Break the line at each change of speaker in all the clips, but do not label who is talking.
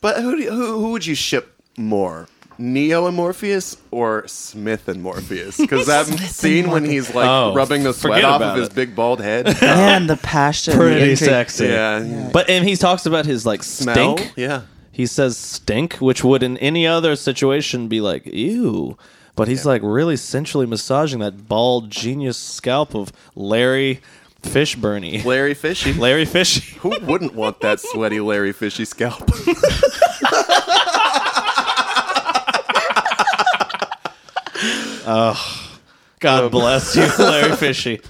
But who, do you, who who would you ship more? Neo and Morpheus or Smith and Morpheus? Because that scene when he's like
Oh,
rubbing the sweat
forget
off
about
of his
it.
big bald head.
Man, the passion. the
Pretty
intrigue.
sexy.
yeah. yeah.
But and he talks about his like
Smell?
stink.
Yeah.
He says stink, which would in any other situation be like ew, but he's like really sensually massaging that bald genius scalp of Larry Fishburne.
Larry Fishy.
Larry Fish.
Who wouldn't want that sweaty Larry Fishy scalp? Um,
God bless you, Larry Fishy.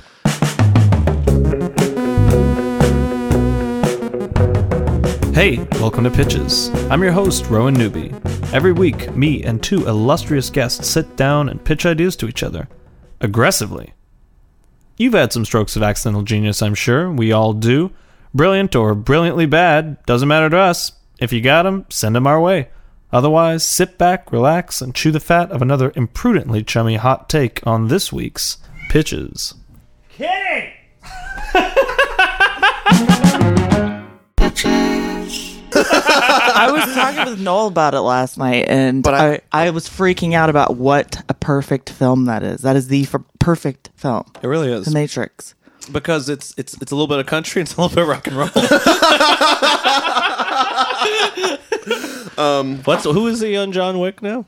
Hey, welcome to Pitches. I'm your host, Rowan Newby. Every week, me and two illustrious guests sit down and pitch ideas to each other. Aggressively. You've had some strokes of accidental genius, I'm sure. We all do. Brilliant or brilliantly bad, doesn't matter to us. If you got 'em, send 'em our way. Otherwise, sit back, relax, and chew the fat of another imprudently chummy hot take on this week's Pitches.
I was talking with Noel about it last night, and
But I-
I, I, was freaking out about what a perfect film that is. That is the f- perfect film.
It really is
The Matrix.
because it's it's it's a little bit of country, it's a little bit of rock and roll. um, what's who is he on John Wick now?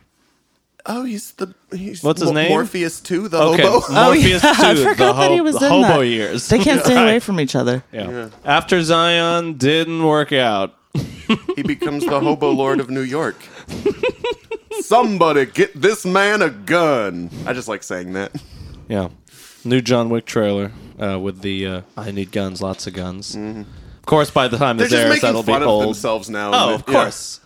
Oh, he's the he's
What's his
Mor-
name?
Morpheus too, the
Okay, Oh.
hobo.
Morpheus
yeah. I
too,
forgot
the,
that he
ho-
was
the
in
hobo
that.
years.
They can't stay away
Right.
from each other.
Yeah. After Zion didn't work out.
he becomes the hobo lord of New York. Somebody get this man a gun. I just like saying that.
Yeah. New John Wick trailer uh, with the uh, I need guns, lots of guns. Of course, by the
Mm-hmm.
time
They're
this airs,
just
that'll
making
be
fun of
old.
themselves now.
Oh,
Yeah.
of course.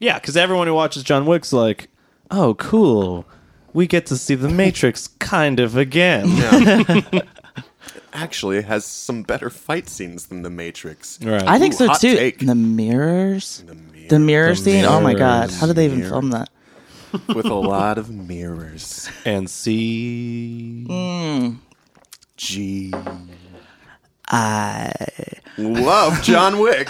Yeah, because everyone who watches John Wick's like, oh, cool. We get to see The Matrix kind of again.
Actually, it has some better fight scenes than The Matrix.
Right.
I think
Ooh,
so
hot
too.
take.
The mirrors. The mirror, scene. Oh my god! How did they even film that?
With a lot of mirrors.
and see.
Gee. I love John Wick.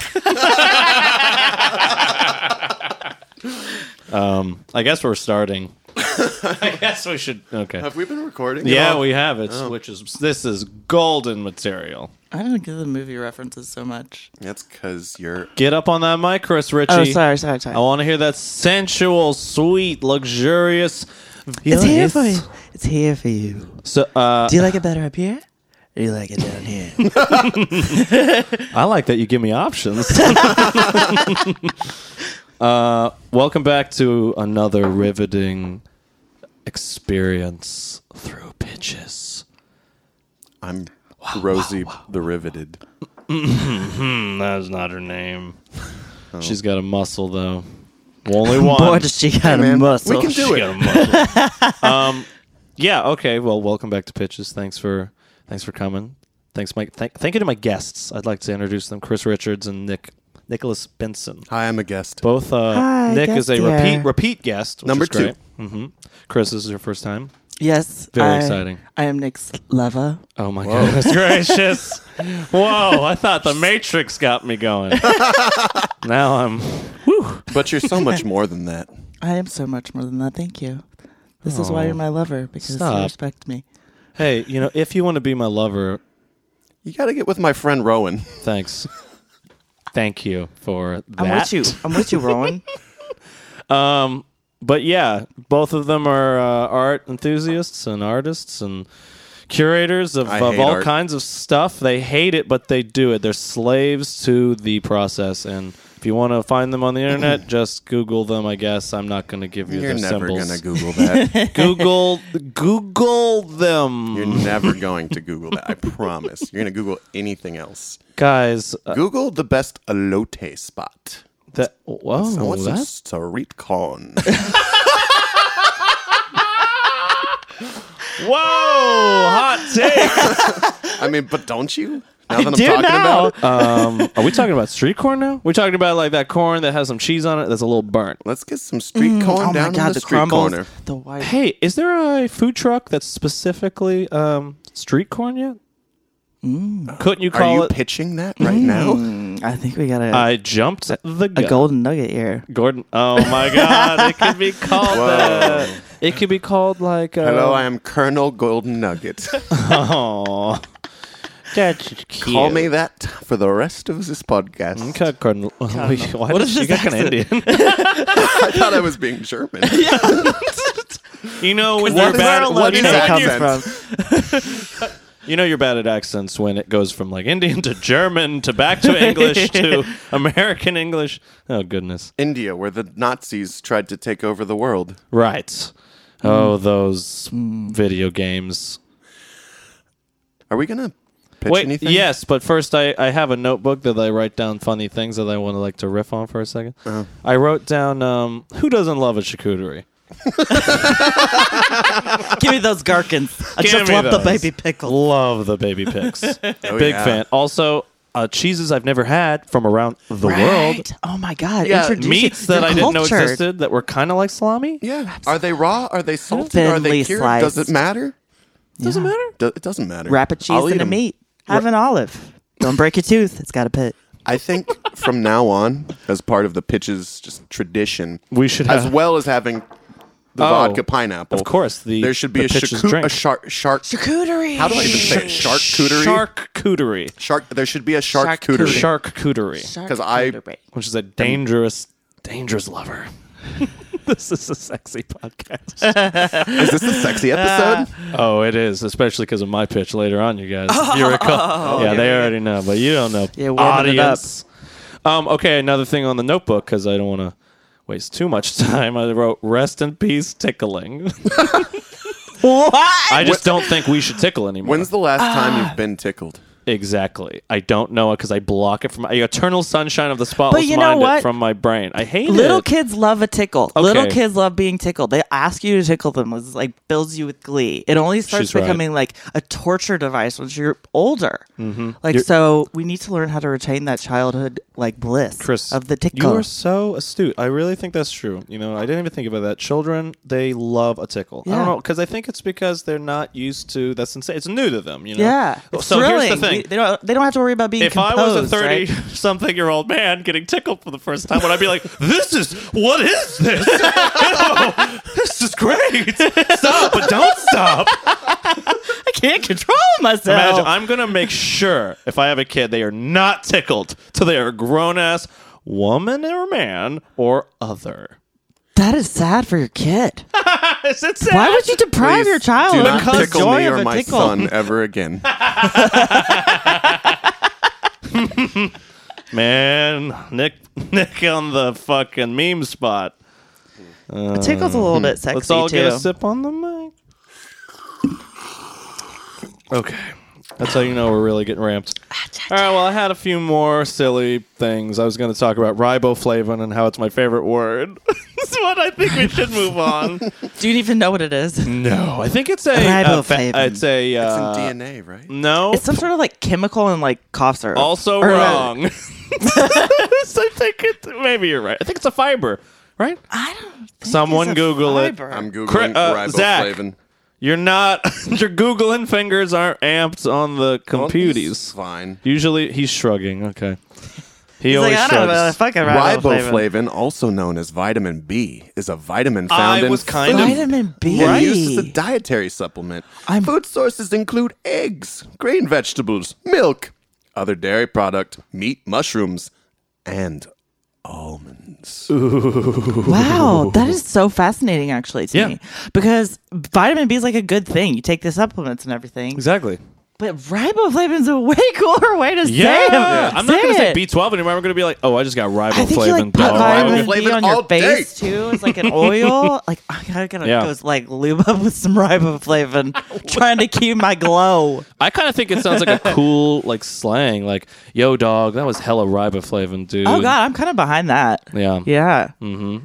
I guess we're starting. I guess we should. Okay.
have we been recording? at
Yeah,
all? Oh.
we have it, which is this is golden material.
I don't get the movie references so much.
That's because you're.
Get up on that mic, Chris Ritchie.
Oh, sorry, sorry, sorry.
I want to hear that sensual, sweet, luxurious.
it's here
Yes.
for you. It's here for you.
So, uh,
Do you like it better up here? Or do you like it down here?
I like that you give me options. uh, welcome back to another riveting experience through pitches.
I'm Rosie the Riveted.
That's Mm, not her name. She's got a muscle though. Only one.
Boy, does she got a muscle.
Oh,
We can do it.
um, yeah. Okay. Well, welcome back to pitches. Thanks for thanks for coming. Thanks, Mike. Thank, thank you to my guests. I'd like to introduce them: Chris Richards and Nick Nicholas Benson.
Hi, I'm a guest.
Both. Uh,
Hi,
Nick is
guest
a
here.
repeat repeat guest. Which
Number
is great. Mm-hmm. Chris, this is your first time.
Yes.
Very
I-
exciting.
I am Nick's lover.
Oh my goodness gracious! Whoa! I thought the Matrix got me going. now I'm.
But you're so much more than that.
I am so much more than that. Thank you. This is why you're my lover because
Oh, Stop.
you respect me.
Hey, you know, if you want to be my lover,
You got to get with my friend Rowan.
thanks. Thank you for that.
I'm with you. I'm with you, Rowan.
Um, but yeah, both of them are uh, art enthusiasts and artists and curators of,
I
of
hate
all
art.
kinds of stuff. They hate it, but they do it. They're slaves to the process. And if you want to find them on the internet, just Google them. I guess I'm not going to give you
You're
their
never
symbols.
gonna Google that.
Google Google them,
You're never going to Google that. I promise. You're gonna Google anything else.
guys. Uh,
Google the best elote spot.
that, whoa,
I want
that's
some street corn.
whoa, hot take.
I mean, but don't you? Now that I'm
do
talking
now.
about it,
um, are we talking about street corn now? We're talking about like that corn that has some cheese on it that's a little burnt.
let's get some street corn
oh
down
my
in
God,
the,
the,
street
crumbles,
corner.
the white.
Hey, is there a food truck that's specifically um, street corn yet? Couldn't you
Are
call
you
it?
pitching that right now?
Mm, I think we got a,
I jumped the
a
gun.
golden nugget here.
Gordon. Oh my God! it could be called. Uh, it could be called like. Uh,
Hello, I am Colonel Golden Nugget.
Oh, that's cute.
Call me that for the rest of this podcast.
Okay, Colonel. Why
What
did
is
you
this
got an
accent?
Indian?
I thought I was being German.
you know when
What
you're
is
bad.
that-
at-
what
you
is
know
that
when you're-
accent?
You know you're bad at accents when it goes from like Indian to German to back to English to American English. Oh goodness.
India, where the Nazis tried to take over the world.
Right. Oh,
Mm.
those video games.
Are we gonna pitch
Wait,
anything?
yes, but first I, I have a notebook that I write down funny things that I want to like to riff on for a 2nd
Uh-huh.
I wrote down um, who doesn't love a charcuterie?
Give me those gherkins. I
Give
just
me
want the
those.
baby pickle.
Love the baby picks.
Oh,
Big
yeah.
fan. Also, uh, cheeses I've never had from around the world.
Right. Oh my God.
Yeah,
Introduce it.
Meats that
You're
I didn't know
cultured.
existed that were kind of like salami.
Yeah. Are they raw? Are they salted? Are
Thinly
they cured? Does it
sliced.
matter?
Doesn't matter.
Do- it doesn't matter.
Wrap a
I'll
cheese
eat
in a
'em.
meat. Have an olive. Don't break your tooth. It's got a pit.
I think from now on, as part of the pitches just tradition,
We should
as
have-
well as having the
Oh,
vodka pineapple.
of course, the-
there should be
the
a,
pitches
charcu-
drink.
a shark shark.
Charcuterie.
How do I even say it? Charcuterie.
Charcuterie.
Shark. There should be a charcuterie.
Charcuterie.
Because I
Which is a dangerous, dangerous lover. this is a sexy podcast.
is this a
Ah.
sexy episode?
oh, it is, especially because of my pitch later on, you guys. You recall? yeah, they already know, but you don't know.
Oh, Yeah, warming it up.
audience. Um, okay, another thing on the notebook because I don't want to waste too much time. I wrote "Rest in peace, tickling."
What?
I just don't think we should tickle anymore.
When's the last
Ah.
time you've been tickled?
Exactly. I don't know it because I block it from I eternal sunshine of the spotless
But you know
mind it
what?
from my brain. I hate
Little
it.
kids love a tickle. Little
Okay.
kids love being tickled. They ask you to tickle them. It's like builds you with glee. It only starts
Mm, She's right.
becoming like a torture device once you're older.
Mm-hmm.
Like so, we need to learn how to retain that childhood like bliss
Chris,
of the
You
tickle.
are so astute. I really think that's true. You know, I didn't even think about that. Children, they love a tickle. I
Yeah.
don't know because I think it's because they're not used to that's insane. It's new to them. You know.
yeah, it's
so here's
thrilling.
the thing.
We- they don't they don't have to worry about being.
if I was a
composed, right?
thirty-something-year-old man getting tickled for the first time, would I be like, "This is what is this? Oh, this is great! Stop, but don't stop."
I can't control myself.
Imagine, I'm gonna make sure if I have a kid, they are not tickled till they are a grown ass woman or man or other.
that is sad for your kid.
Is it sad?
Why would you deprive
Please
your child
do
of
not
the
tickle
joy
me
of
or
a
my
tickle?
son ever again.
Man, Nick, Nick on the fucking meme spot.
A tickle's a little bit sexy
Mm-hmm. Let's all
too.
get a sip on the mic. Okay, that's how you know we're really getting ramped. All right. Well, I had a few more silly things. I was going to talk about riboflavin and how it's my favorite word. That's what I think we should move on.
Do you even know what it is?
Mm. No, I think it's a uh,
Riboflavin.
fa- it's a uh,
it's in DNA, right?
no.
It's some sort of like chemical and like cough syrup.
also
Or, uh,
wrong. so I think it, maybe you're right. I think it's a fiber, right?
I don't. Think
Someone
it's a
Google it.
fiber.
I'm googling
Cra- uh, Zach.
riboflavin.
You're not. your googling fingers aren't amped on the computies.
Fine.
Usually he's shrugging. Okay. He
He's
always
like, I don't
shrugs.
know. Fucking riboflavin.
Riboflavin, also known as vitamin B, is a vitamin
I
found in
was kind of-
Vitamin B.
and used as a dietary supplement.
I'm-
Food sources include eggs, green vegetables, milk, other dairy product, meat, mushrooms, and almonds.
wow, that is so fascinating, actually, to
Yeah.
me, because vitamin B is like a good thing. You take the supplements and everything,
Exactly.
but riboflavin is a way cooler way to
Yeah.
say it.
I'm not gonna say
it.
B12 anymore. I'm gonna be like, oh, I just got riboflavin.
I think you like put
dog.
vitamin B
Riboflavin
on
all
your
day.
face too. It's like an oil. like I gotta, gotta
Yeah.
go like lube up with some riboflavin, trying to cue my glow.
I kind of think it sounds like a cool like slang, like "Yo, dog, that was hella riboflavin, dude."
Oh god, I'm kind of behind that.
yeah,
Yeah. Mm-hmm.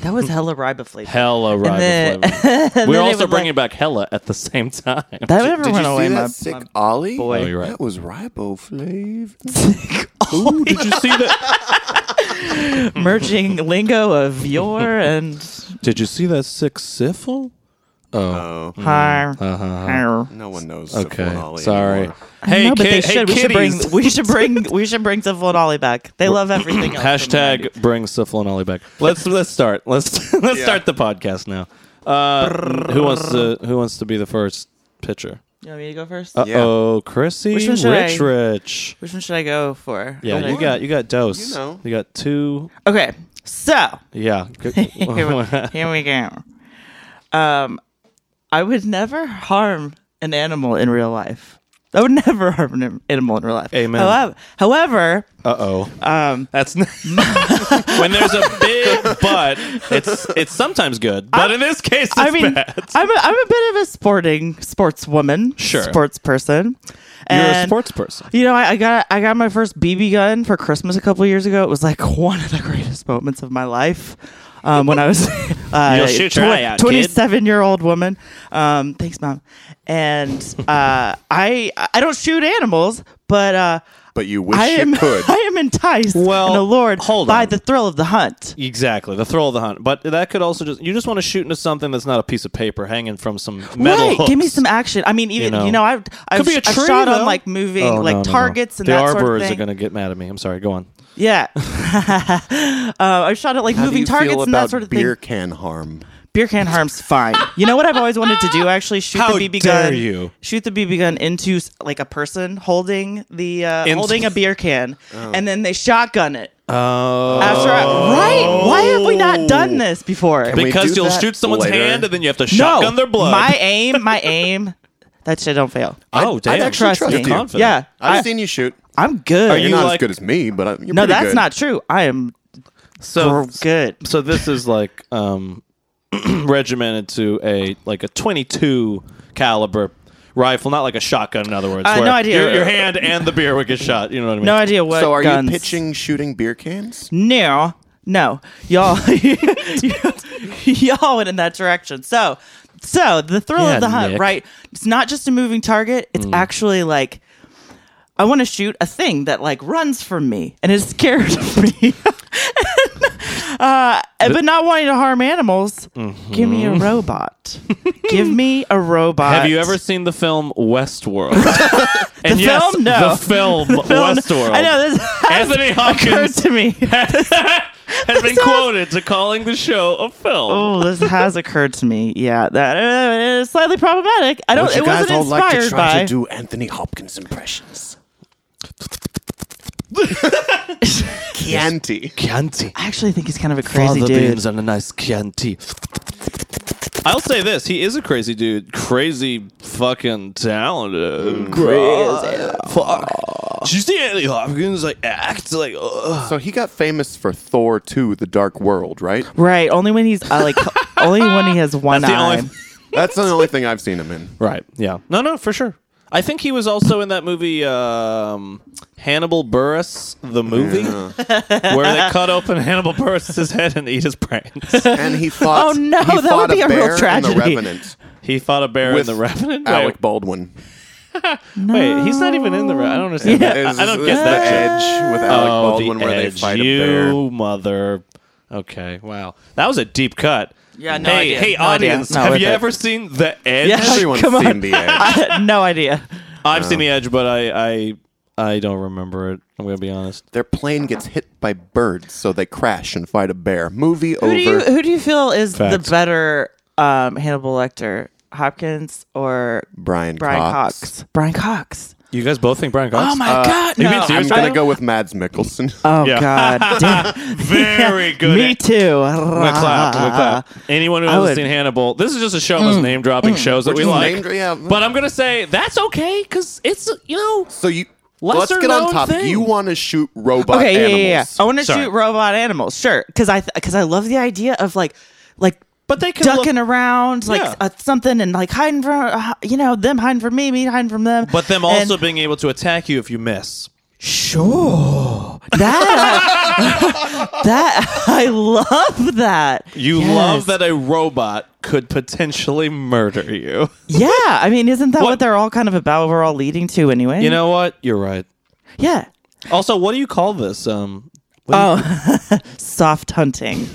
That was hella riboflavin.
hella
then-
riboflavin. We're
then it
also
was
bringing back hella at the same time.
that never
Did you
went
see
away,
that
my
sick Ollie?
boy. Oh, you're right.
That was riboflavin.
Ooh, did you see that?
merging lingo of yore and
Mm. Did you see that sick siffle?
Oh.
Har.
Uh-huh,
Har.
No one knows.
Okay,
Sifon Ali
sorry.
anymore.
Hey,
no, but they
kid, hey,
should. we should bring.
kitties.
We should bring. We should bring Syphil and Ollie back. They love everything. else
Hashtag bring Syphilinoli back. Let's let's start. Let's let's
Yeah.
start the podcast now. Uh, who wants to Who wants to be the first pitcher?
You want me to go first?
Uh
Yeah.
oh, Chrissy,
Which one
Rich,
should I-
Rich.
Which one should I go for?
Yeah,
Okay.
you got you got dose.
You know.
you got two.
Okay, so
Yeah,
here, we- here we go. Um, I would never harm an animal in real life. I would never harm an animal in real life.
Amen.
Howev- However,
Uh oh.
um,
That's n- when there's a big but. It's it's sometimes good, but in this case, it's
I mean,
bad.
I'm a, I'm a bit of a sporting sportswoman,
Sure.
sports person.
You're a
And,
sports person.
You know, I, I got I got my first BB gun for Christmas a couple years ago. It was like one of the greatest moments of my life. Um, when I was uh,
You'll shoot your eye out, kid.
twenty-seven year old woman. Um, thanks, mom. And uh, I I don't shoot animals, but uh,
But you wish
I am
you could.
I am enticed
Well,
and allured
hold
by
on.
the thrill of the hunt.
Exactly, the thrill of the hunt. But that could also just you just want to shoot into something that's not a piece of paper hanging from some metal.
right, give me
hooks.
some action. I mean, even you know,
know.
I've, I've,
Could be a
I've
tree,
shot
though.
on like moving
Oh,
like
no, no, no.
targets and
the
that
arborists
sort of thing.
are going to get mad at me. I'm sorry. Go on.
Yeah. uh, I shot at like
How do
moving
you
targets
feel
and that
about
sort of
beer
thing.
can harm.
Beer can harm's fine. You know what I've always wanted to do? Actually, shoot
How
the BB
dare
gun.
you.
Shoot the BB gun into s- like a person holding the uh,
In-
holding a beer can, and then they shotgun it.
Oh,
After I, right? Why have we not done this before?
we
because
do
you'll
that
shoot someone's
later?
hand and then you have to shotgun their blood.
My aim, my aim. That shit don't fail.
oh, damn.
I'd actually
Trust
trust
me.
you.
Confident.
Yeah,
I've
I,
seen you shoot.
I'm good.
Are
You're
you
not
like-
as good as me, but I'm, you're
no,
pretty
that's
good.
not true. I am
so
good.
so this is like um regimented to a like a 22 caliber rifle not like a shotgun in other words
Uh,
where
no idea.
Your, your hand and the beer would get shot you know what i mean
No idea what.
So are
guns.
you pitching shooting beer cans?
No, no, y'all, y'all went in that direction. So, so the thrill
Yeah,
of the hunt,
Nick. Mm.
right? It's not just a moving target. It's actually like I want to shoot a thing that like runs from me and is scared of me. Uh, but not wanting to harm animals, give me a robot. give me a robot.
Mm-hmm. have you ever seen the film westworld the and yes,
film? No.
the film westworld
I know this
anthony
occurred
hopkins
to me.
has been quoted to calling the show a film
Oh, this has occurred to me. Yeah, that uh, is slightly problematic. I don't.
Would you
It
guys
wasn't
all
inspired
like to try
by.
to do Anthony Hopkins impressions? Chianti.
Chianti.
I actually think he's kind of a crazy dude.
and a nice Chianti. I'll say this: he is a crazy dude, crazy fucking talented. Crazy. Fuck. Did you see Anthony Hopkins like act like? Ugh.
So he got famous for Thor 2, The Dark World, right?
Right. Only when he's uh, like, only when he has one
That's the
eye.
only-
That's the only thing I've seen him in.
Right. Yeah. No. No. For sure. I think he was also in that movie um, Hannibal Burris, the movie, where they cut open Hannibal Burris's head and eat his brains.
And he fought.
Oh, no,
he
that would
fought
be a real
bear in
tragedy.
The Revenant
He fought a bear
With
in the Revenant.
Alec Baldwin.
Wait, wait, he's not even in the. Re- I don't understand. That.
Is
I don't
the
get that. shit.
edge with Alec
oh,
Baldwin
the
where
edge.
they fight
you
a bear.
mother. Okay, wow, that was a deep cut.
Yeah, no
hey,
idea,
hey,
no idea,
audience,
not
have
worth
you
it.
ever seen The Edge?
Yeah.
Everyone's
Come on.
seen the edge.
I had no idea.
I've seen The Edge, but I, I, I don't remember it. I'm gonna be honest.
Their plane gets hit by birds, so they crash and fight a bear. Movie
Who
over.
do you who do you feel is
Facts.
the better um, Hannibal Lecter, Hopkins or
Brian,
Brian Cox?
Cox.
Brian Cox.
You guys both think Brian Cox?
Oh my God!
you
No.
mean
I'm
serious-
gonna go with Mads Mikkelsen.
oh
Yeah.
God! Damn.
very good.
Me too.
I'm gonna clap. I'm gonna clap. Anyone who
I
hasn't
would- Mm.
seen Hannibal, this is just a show of us name dropping shows that
We're
we
just
like.
name- yeah.
But I'm gonna say that's okay because it's you know
so you let's
Lesser
get on
known
top.
thing.
You want to shoot robot
okay,
animals?
yeah, yeah, yeah. I want to
Sorry.
shoot robot animals, sure, because I because I love the idea of like like
But they can
ducking
look-
around like
Yeah.
uh, something and like hiding from uh, you know them hiding from me, me hiding from them.
But them also
And-
being able to attack you if you miss.
sure that I, that I love that
You
Yes.
love that a robot could potentially murder you.
yeah. I mean, isn't that what?
What-
they're all kind of about? We're all leading to anyway.
You know what? You're right.
yeah.
Also, what do you call this? Um,
Oh, Soft hunting.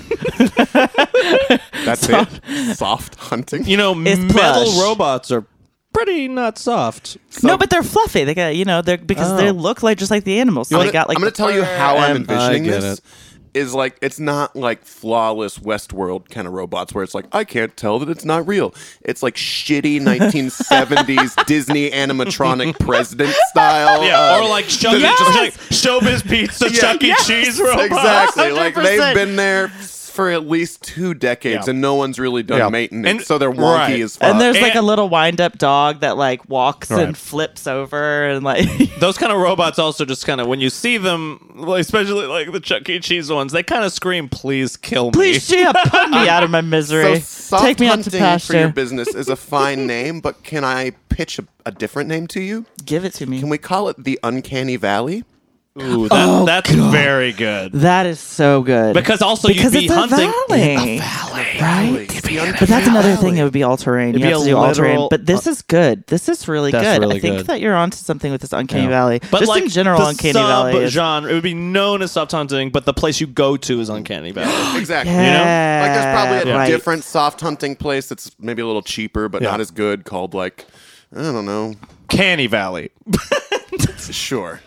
That's it. Soft hunting.
You know,
It's
metal
plush.
robots are pretty not soft.
no, but they're fluffy. They got you know they're because
Oh.
they look like just like the animals. So
I'm gonna,
they got like
I'm gonna
the
tell you
fur
how I'm
and-
envisioning
I get
this.
it.
Is like it's not like flawless Westworld kind of robots where it's like I can't tell that it's not real. It's like shitty 1970s Disney animatronic president style.
Yeah,
um,
or like, show,
Yes!
just like Showbiz Pizza, Chuck E.
Yes!
Cheese robots.
exactly. Like they've
100%.
been there for at least two decades,
Yeah.
and no one's really done
Yeah.
maintenance,
And-
so they're wonky
right.
as fuck.
And there's like a
And-
little wind up dog that like walks
Right.
and flips over and like
Those kind of robots also just kind of, when you see them, like, especially like the Chuck E. Cheese ones, they kind of scream, please kill
please
me.
yeah, put me out of my
so
misery.
soft
Take me out to
hunting for your
pasture.
business is a fine name, but can I pitch a, a different name to you?
Give it to me.
Can we call it the Uncanny Valley?
Ooh, that, that's Oh, very good.
that is so good
Because also
because
you'd be
it's a
hunting
valley.
Valley.
right?
It's the Uncanny
But that's another thing. It
Valley.
would be all terrain. You
be
have
a
to do all terrain.
literal- uh,
But this is good. This is really
That's
good. I
really
think
good.
that you're onto something with this Uncanny
Yeah.
Valley.
But
Just
like
in general,
the
Uncanny Valley. is-
genre, it would be known as soft hunting, but the place you go to is Uncanny Valley.
Exactly.
yeah,
Like there's probably a
right.
different soft hunting place that's maybe a little cheaper but
Yeah.
not as good called like I don't know.
Canny Valley.
Sure.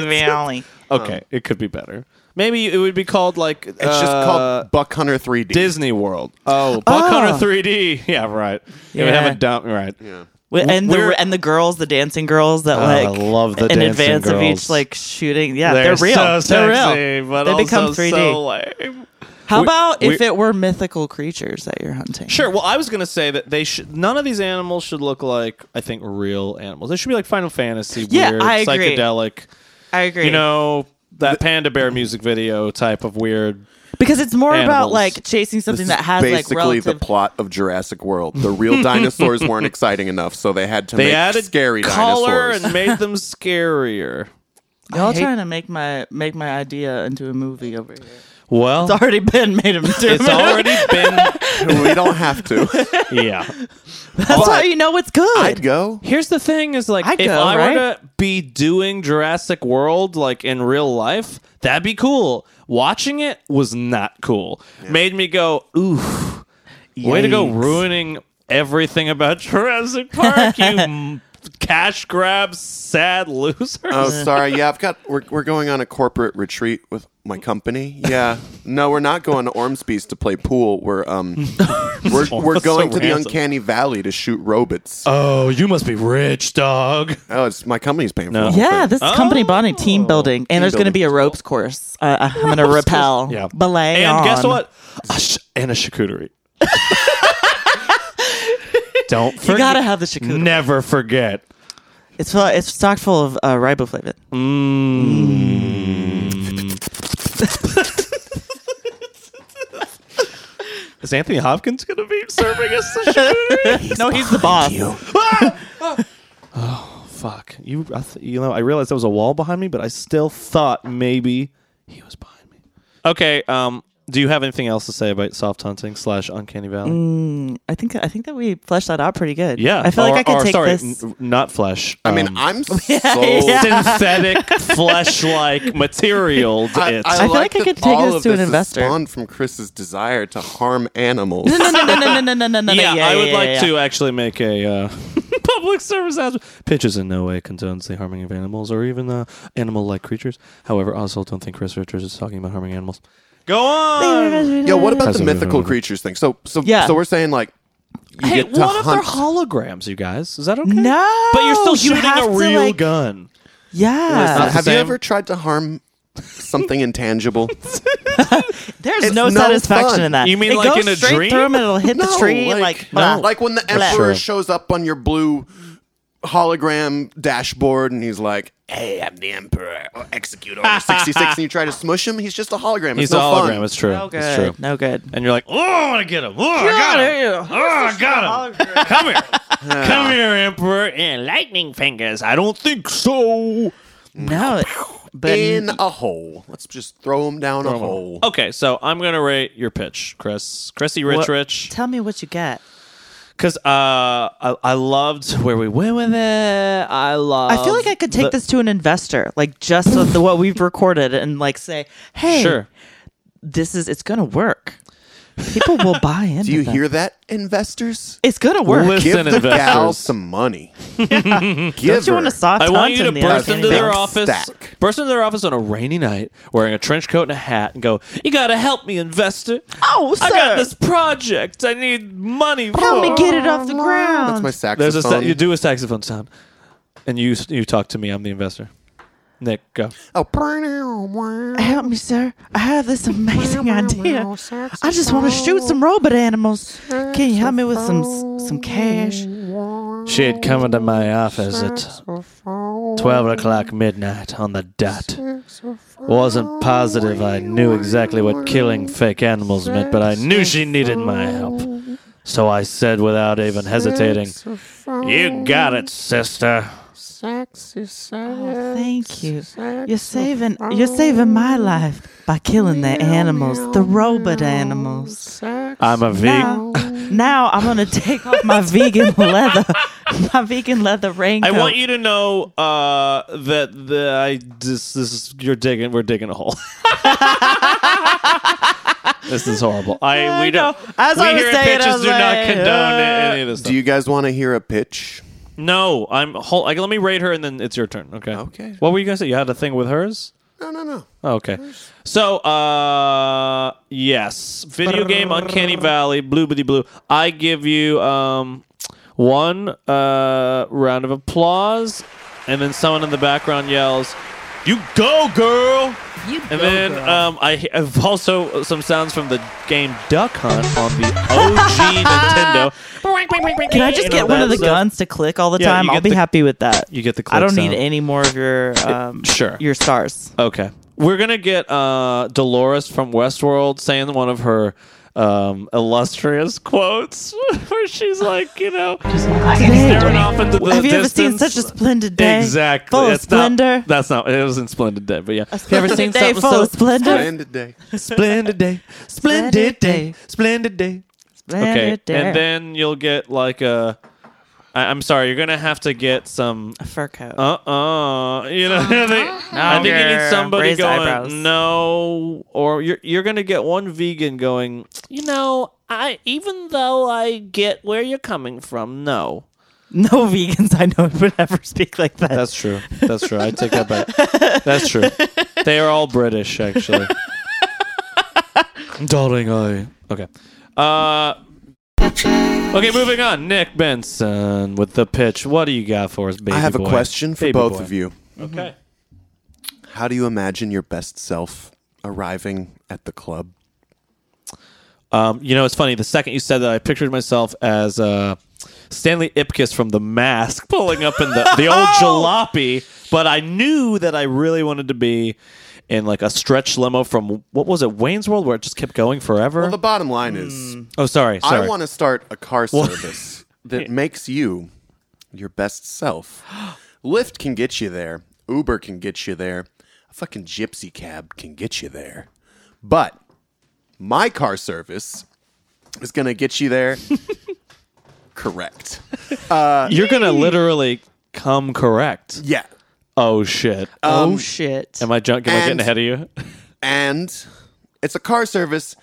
Valley.
Okay, it could be better. Maybe it would be called like
It's just
Uh,
called Buck Hunter 3D.
Disney World. Oh, Buck
Oh.
Hunter 3D. Yeah, right. Yeah. we
Yeah.
have a dump. Right.
Yeah.
Wi- and
We're- Oh,
the and the girls, the dancing girls that like
I love the
in
dancing
advance of each
girls.
like shooting. Yeah, they're,
They're
real.
So
they're real.
sexy, but
they
also
become 3D.
so lame.
How
We-
about if
we-
it were mythical creatures that you're hunting?
Sure. Well, I was gonna say that they should. None of these animals should look like I think real animals. They should be like Final Fantasy,
Yeah,
weird,
I agree.
psychedelic.
I agree.
You know that panda bear music video type of weird.
because it's more about
animals.
like chasing
This
something
is
that has like
basically
relative.
the plot of Jurassic World. The real dinosaurs weren't exciting enough, so they had to
They
make
added
scary
color
dinosaurs.
and made them scarier.
Y'all
hate-
trying to make my make my idea into a movie over here.
Well,
It's already been made into a
it's
movie.
already been.
we don't have to.
Yeah.
That's how you know it's good.
I'd go.
Here's the thing: is like
I'd
if
go,
I were
right?
to be doing Jurassic World like in real life, that'd be cool. Watching it was not cool. Made me go, oof. Way to go,
Yikes.
ruining everything about Jurassic Park. you m- cash grab, sad losers.
Oh, sorry. Yeah, I've got. We're, we're going on a corporate retreat with my company. Yeah. No, we're not going to Ormsby's to play pool. We're um, we're, we're
so
going to the
random.
Uncanny Valley to shoot robots.
Oh, you must be rich, dog.
oh, it's my company's paying
No.
for it.
Yeah, this is company bonding, team
Oh.
building, and there's going to
building.
be a ropes course. Uh, I'm going to rappel,
Yeah.
belay,
and
on.
guess what? A sh- and a charcuterie. Don't forget.
You got to have the shakuda.
Never forget.
It's full, it's stocked full of uh, riboflavin.
Mm. Is Anthony Hopkins going to be serving us the charcuterie?
no, he's the boss.
Fuck you! I th- you know, I realized there was a wall behind me, but I still thought maybe he was behind me. Okay. Um. Do you have anything else to say about soft hunting slash uncanny valley?
I think I think that we fleshed that out pretty good.
Yeah.
Mm, I feel
Or-
like I could
or,
take
sorry,
this.
n- not flesh.
I mean,
um,
I'm so.
yeah.
synthetic flesh like material. to
I,
it.
I
feel like I
that
could take
all
this
of
to an
is
investor.
Spawned from Chris's desire to harm animals.
no, no, no, no, no, no, no, no, no.
yeah, I would
yeah,
like
yeah.
to actually make a uh, public service announcement. Pitches in no way condones the harming of animals or even uh, animal-like creatures. However, I also don't think Chris Richards is talking about harming animals. Go on.
Yo, what about
That's
the
a-
mythical creatures thing? So, so,
Yeah.
so we're saying like, you
Hey,
get to
what if they're
hunt.
holograms, you guys? Is that okay?
No,
but you're still
you
shooting
have
a
to,
real uh,
like-
gun.
Yeah,
not the
Have you
same.
ever tried to harm something intangible?
there's
it's
no,
no
satisfaction
fun.
in that.
You mean
it
like
goes
in a
straight
dream?
Through 'em and it'll hit the
No,
tree
like,
like,
no.
blah.
like when the
Blah.
emperor
Sure.
shows up on your blue hologram dashboard and he's like, "Hey, I'm the emperor. I'll execute order 66." and you try to smush him, he's just a hologram. It's
He's
no
a hologram.
Fun.
It's true.
No
It's true.
good. No good.
And you're like, oh, I want to get him. Oh, I got him.
Gotta-
Oh, I got him. Come here. Come here, Emperor. And lightning fingers. I don't think so.
No, but
in a hole. Let's just throw him down a hole.
Oh, Okay, so I'm gonna rate your pitch, Chris. Chrissy Rich
What-
Rich.
Tell me what you get.
because uh, I, I loved where we went with it. I love.
I feel like I could take this to an investor, like just so the, what we've recorded, and like say, "Hey,
Sure.
this is it's gonna work. People will buy into
Do you
that.
hear that, investors?
It's gonna work.
Listen,
Give the
investors.
gal some money. Give
Don't you
her.
want to soft
I want
launch
you to
in the
burst
other
into their
thing?
office,
Stack.
burst into their office on a rainy night, wearing a trench coat and a hat, and go, "You gotta help me, investor.
Oh, sir,
I got this project. I need money.
help me
for-"
get it
Oh,
off the ground.
That's my
There's
saxophone.
a sa- you do a saxophone sound, and you you talk to me. I'm the investor. Nick, go.
oh,
Help me, sir. I have this amazing idea. I just want to shoot some robot animals. Can you help me with some some cash?
She had come into my office at 12 o'clock midnight on the dot. Wasn't positive I knew exactly what killing fake animals meant, but I knew she needed my help. So I said without even hesitating, You got it, sister.
Oh, thank you. You're saving you're saving my life by killing the animals, the robot animals.
I'm a vegan.
Now, now I'm gonna take off my vegan leather, my vegan leather
I
raincoat.
want you to know uh, that the I this this is you're digging we're digging a hole. this is horrible. I we don't
As
we
I was
here
saying,
at
I
pitches
was
do not
like,
condone any of this. Stuff.
Do you guys want to hear a pitch?
No, I'm whole. Like, let me rate her, and then it's your turn. Okay.
Okay.
What were you gonna say? You had a thing with hers.
No, no, no.
Oh, okay. So, uh, yes, video game Uncanny Valley, blue bitty blue. I give you um one uh round of applause, and then someone in the background yells, "You go, girl!"
You
And then um, I he- have also uh, some sounds from the game Duck Hunt on the OG Nintendo.
Can I just
you know,
get one of the
that's, uh,
guns to click all the
Yeah,
time?
you
I'll
get
be
the-
happy with that.
You get the.
I
click
don't need
sound.
any more of your um,
sure.
your stars.
Okay. We're going to get uh, Dolores from Westworld saying one of her um, illustrious quotes where she's like, you know, staring off into the
Have you ever seen
distance.
such a splendid day?
Exactly.
full of
It's not-
splendor.
that's not. It was in Splendid Day, but yeah. Have you
splendid
ever seen
day
something
full
so
of splendor?
End of day.
splendid day, splendid day, splendid day? Okay,
Splendid day.
and then you'll get like a. I, I'm sorry, you're gonna have to get some
a fur coat.
uh, uh-uh you know I, think, I think you need
girl.
somebody
Raised
going
eyebrows.
no or you're, you're gonna get one vegan going you know i even though i get where you're coming from no
no vegans I know would ever speak like that.
that's true that's true i take that back that's true they are all british actually darling i okay uh Okay, moving on. Nick Benson with the pitch. What do you got for us, baby
I have a
boy?
question for
Baby
both
boy.
of you.
Okay.
How do you imagine your best self arriving at the club?
Um, you know, it's funny. The second you said that, I pictured myself as uh, Stanley Ipkiss from The Mask pulling up in the, the
Oh!
old jalopy. But I knew that I really wanted to be in like a stretch limo from what was it, Wayne's World, where it just kept going forever.
Well, the bottom line is
oh, sorry, sorry.
I want to start a car service that makes you your best self. Lyft can get you there. Uber can get you there. A fucking gypsy cab can get you there. But my car service is going to get you there. Correct.
You're gonna literally come correct.
Yeah.
Oh shit.
oh shit!
am I junk? Am I getting
Uh, and-
ahead of you?
And it's a car service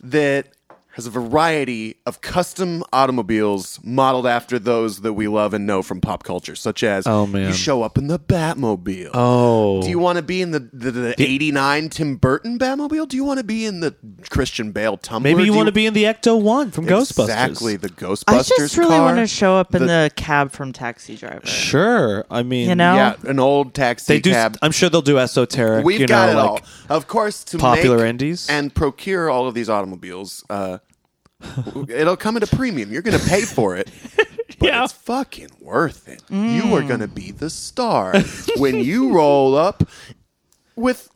that has a variety of custom automobiles modeled after those that we love and know from pop culture, such as
Oh, man.
you show up in the Batmobile.
Oh,
Do you want to be in the the, the, 89 Tim Burton Batmobile? Do you want to be in the Christian Bale Tumblr?
maybe you
Do
want to be in the Ecto One from Ghostbusters.
Exactly, the Ghostbusters
I just really
car.
want to show up in the, cab from Taxi Driver.
Sure. I mean,
You know,
Yeah, an old taxi
they do.
cab.
I'm sure they'll do esoteric.
We've
you
got
know,
it
like,
all. Of course, to
popular
make
indies.
and procure all of these automobiles, uh, it'll come at a premium. You're going to pay for it. But
Yeah. Mm.
it's fucking worth it. You are going to be the star when you roll up with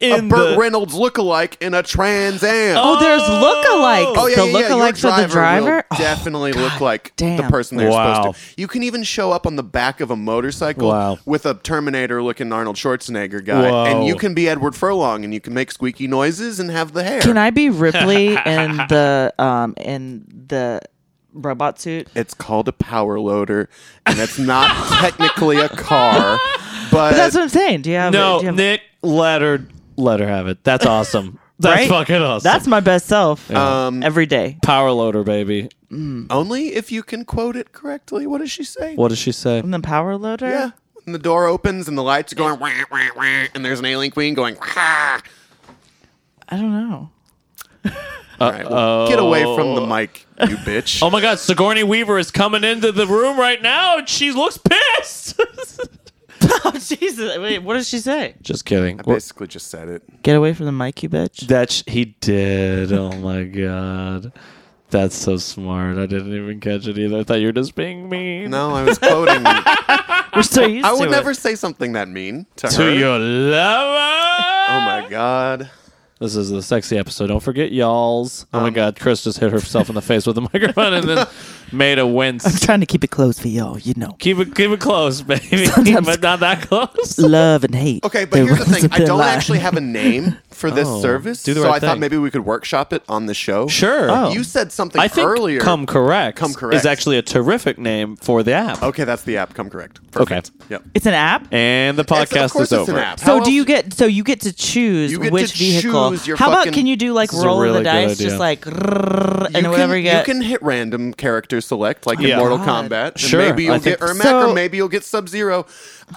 In
a Burt
the-
Reynolds lookalike in a Trans Am.
oh, there's lookalikes.
Oh yeah,
the
yeah, yeah. Your
lookalikes of the
will
driver. Oh,
definitely look like the
damn.
person they're
Wow.
supposed to. You can even show up on the back of a motorcycle
Wow.
with a Terminator-looking Arnold Schwarzenegger guy,
Whoa.
and you can be Edward Furlong, and you can make squeaky noises and have the hair.
Can I be Ripley in the um in the robot suit.
It's called a power loader, and it's not technically a car, but,
But that's what I'm saying. Do you have
No,
do you have-
Nick, let her let her have it. That's awesome. That's
Right?
fucking awesome.
That's my best self
Um,
every day.
power loader, baby.
only if you can quote it correctly. What does she say?
What does she say?
I'm the power loader.
Yeah. And the door opens and the lights are going, wah, wah, wah, and there's an alien queen going, wah.
I don't know.
All right, well, get away from the mic, you bitch.
Oh my God, Sigourney Weaver is coming into the room right now, and she looks pissed.
Oh Jesus! Wait, what does she say?
Just kidding.
I basically just said it.
Get away from the mic, you bitch.
That sh- he did. Oh my God, that's so smart. I didn't even catch it either. I thought you were just being mean.
No, I was quoting. I
We're so used to
would
it.
never say something that mean to,
To
her.
your lover.
Oh my god.
This is the sexy episode. Don't forget y'all's. Oh my
Um,
God, Chris just hit herself in the face with the microphone and then made a
I'm
wince.
trying to keep it close for y'all. You know,
Keep it, keep it close, baby,
Sometimes-
but not that close.
love and hate.
Okay, but here's the thing. I
thin
don't
line.
actually have a name for this
Oh,
service,
do the
so
right
I thought
thing.
maybe we could workshop it on the show.
Sure.
Oh.
You said something
I think
earlier.
Come Correct,
Come Correct.
is actually a terrific name for the app.
Okay, that's the app. Come correct. Perfect.
Okay.
Yep.
It's an app.
And the
It's- of
podcast
course
is
it's
over.
An app. How
So do
else-
you get? So you get to choose
You get
which
to
vehicle.
choose your
How
fucking-
about can you do like
is a
roll of
really
the
good
dice,
idea.
just like "Rrrr," and
you
whatever
can,
you get?
can hit random character select like
Yeah.
in Mortal
God.
Kombat. and
Sure,
Maybe
I
you'll
think-
get Ermac
So-
or maybe you'll get Sub Zero.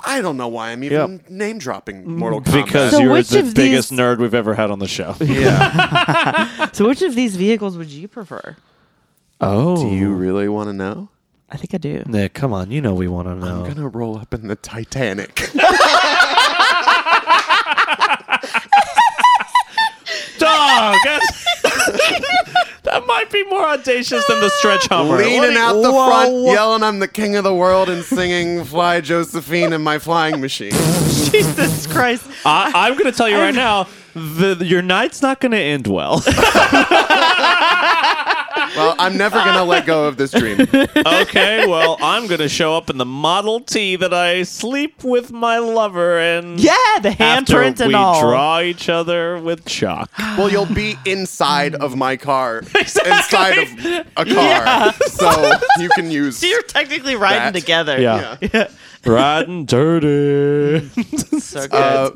I don't know why I'm even name dropping Mortal Kombat.
Because
So
you're
which
the
of
biggest
these-
nerd we've ever had on the show.
yeah.
so which of these vehicles would you prefer?
Oh,
Do you really want to know?
I think I do.
Nick, come on. You know we want to know.
I'm gonna roll up in the Titanic.
Dog! that's- that might be more audacious than the stretch hummer. What do
Ah! leaning
you-
out the
Whoa,
front,
whoa.
yelling, "I'm the king of the world," and singing "Fly Josephine" in my flying machine.
Jesus Christ!
I, I'm going to tell you right now, the, your night's not going to end well.
Well, I'm never gonna let go of this dream.
okay, well, I'm going to show up in the Model T that I sleep with my lover and
Yeah, the handprint
after
and
we
all.
draw each other with chalk.
Well, you'll be inside of my car,
Exactly.
inside of a car,
Yeah.
so you can use.
So you're technically riding
That.
together.
Yeah.
Yeah.
Riding dirty.
So good.
Uh,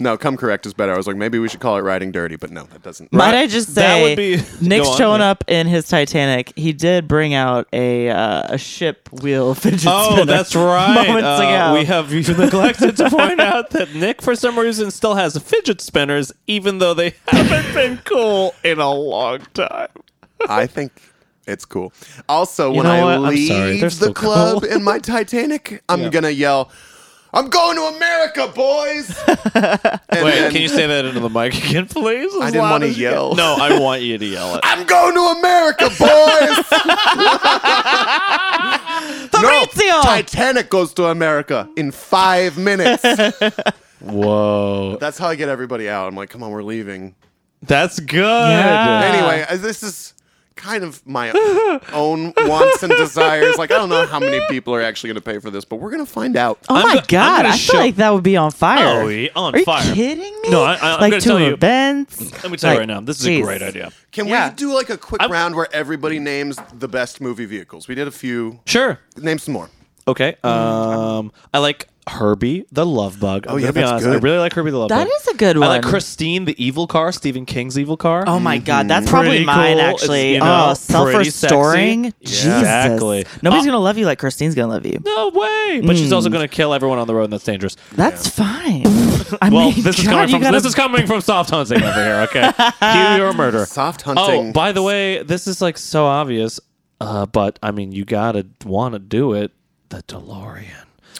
no, come correct is better. I was like, maybe we should call it riding dirty, but no, that doesn't.
Might I just say
That would be-
Nick's
Go on,
showing
Nick.
up in his Titanic. He did bring out a uh, a ship wheel fidget
Oh,
spinner
that's right.
Moments
Uh,
ago,
We have even neglected to point out that Nick, for some reason, still has fidget spinners, even though they haven't been cool in a long time.
I think it's cool. Also, when
know
I
what? I'm
leave
sorry. They're
the
still
club
cool.
in my Titanic, I'm gonna yell, "I'm going to America, boys!" And
Wait,
then,
can you say that into the mic again, please?
I didn't want to yell.
No, I want you to yell it.
I'm going to America, boys.
Fabrizio!
Titanic goes to America in five minutes.
Whoa,
That's how I get everybody out. I'm like, come on, we're leaving.
that's good.
Yeah.
Anyway, uh, this is kind of my own wants and desires. Like, I don't know how many people are actually going to pay for this, but we're going to find out.
Oh
I'm
my
go- I'm
god!
gonna
I
show-
feel like that would be on fire.
Oh, yeah, on
Are you
fire.
kidding me?
No, I- I- I'm
like
gonna
two
tell you-
events.
Let me tell
Like,
you right now, this is
jeez.
a great idea.
Can
Yeah.
we do like a quick
I'm-
round where everybody names the best movie vehicles? We did a few.
Sure.
Name some more.
Okay. Um, I like Herbie the Love Bug. I'm
Oh, yeah,
gonna be
that's
honest. I
good.
really like Herbie the Love
That
Bug.
is a good
I like
one.
Christine the Evil Car, Stephen King's Evil Car.
Oh my god, that's
Mhm.
probably
Pretty
mine
cool. It's,
actually.
you know,
oh, self-restoring.
pretty sexy.
Jesus.
Yeah. Exactly.
Nobody's
Uh,
gonna love you like Christine's gonna love you.
No way! But she's
Mm.
also going to kill everyone on the road, and that's dangerous.
That's fine. I
well,
mean,
this is
God,
coming
you
from
gotta-
this is coming from soft hunting over here. Okay, cue your murder.
Soft hunting.
Oh, by the way, this is like so obvious, uh, but I mean, you gotta want to do it. The DeLorean.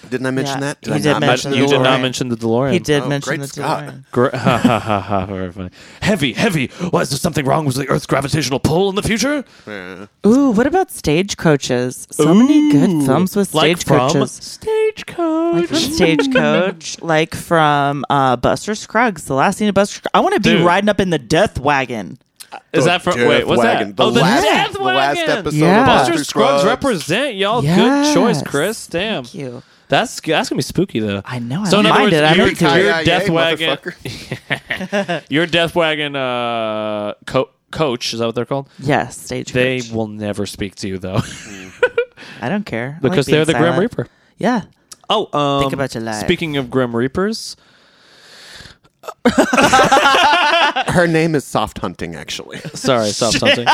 Didn't I mention
Yeah,
that? Did
you
I
did
not
I-
mention the
you did not
DeLorean.
mention the DeLorean.
he did
Oh,
mention
great
the
Scott.
DeLorean.
Gra- ha, ha, ha, ha, very funny. Heavy, heavy. Was there something wrong with the Earth's gravitational pull in the future?
Yeah.
Ooh, what about stagecoaches? So many good films with
Like from
stagecoaches.
Stagecoach.
From Stagecoach, like from uh, Buster Scruggs, the last scene of Buster. Scruggs. I want to be
Dude.
riding up in the death wagon.
Is
The
that from?
Death
Wait, what's
Wagon.
that?
The
oh, the
last-
Death
the
Wagon.
last episode
Yeah. of
Buster
Buster
Scruggs
Scruggs.
represent y'all.
Yes.
Good choice, Chris. Damn.
Thank you.
That's that's gonna be spooky though.
I know, I
so in
don't
other
mind
words,
it. I'm
your,
into it.
your
Yeah, yeah,
Death
yeah,
Wagon,
motherfucker.
your Death Wagon uh, co- coach. Is that what they're called?
Yes, stage.
They
coach.
will never speak to you though,
I don't care I like
because they're
being
the Grim
silent.
Reaper.
Yeah.
Oh, um,
Think about your life.
Speaking of Grim Reapers,
Her name is Soft Hunting, actually.
sorry, stop something.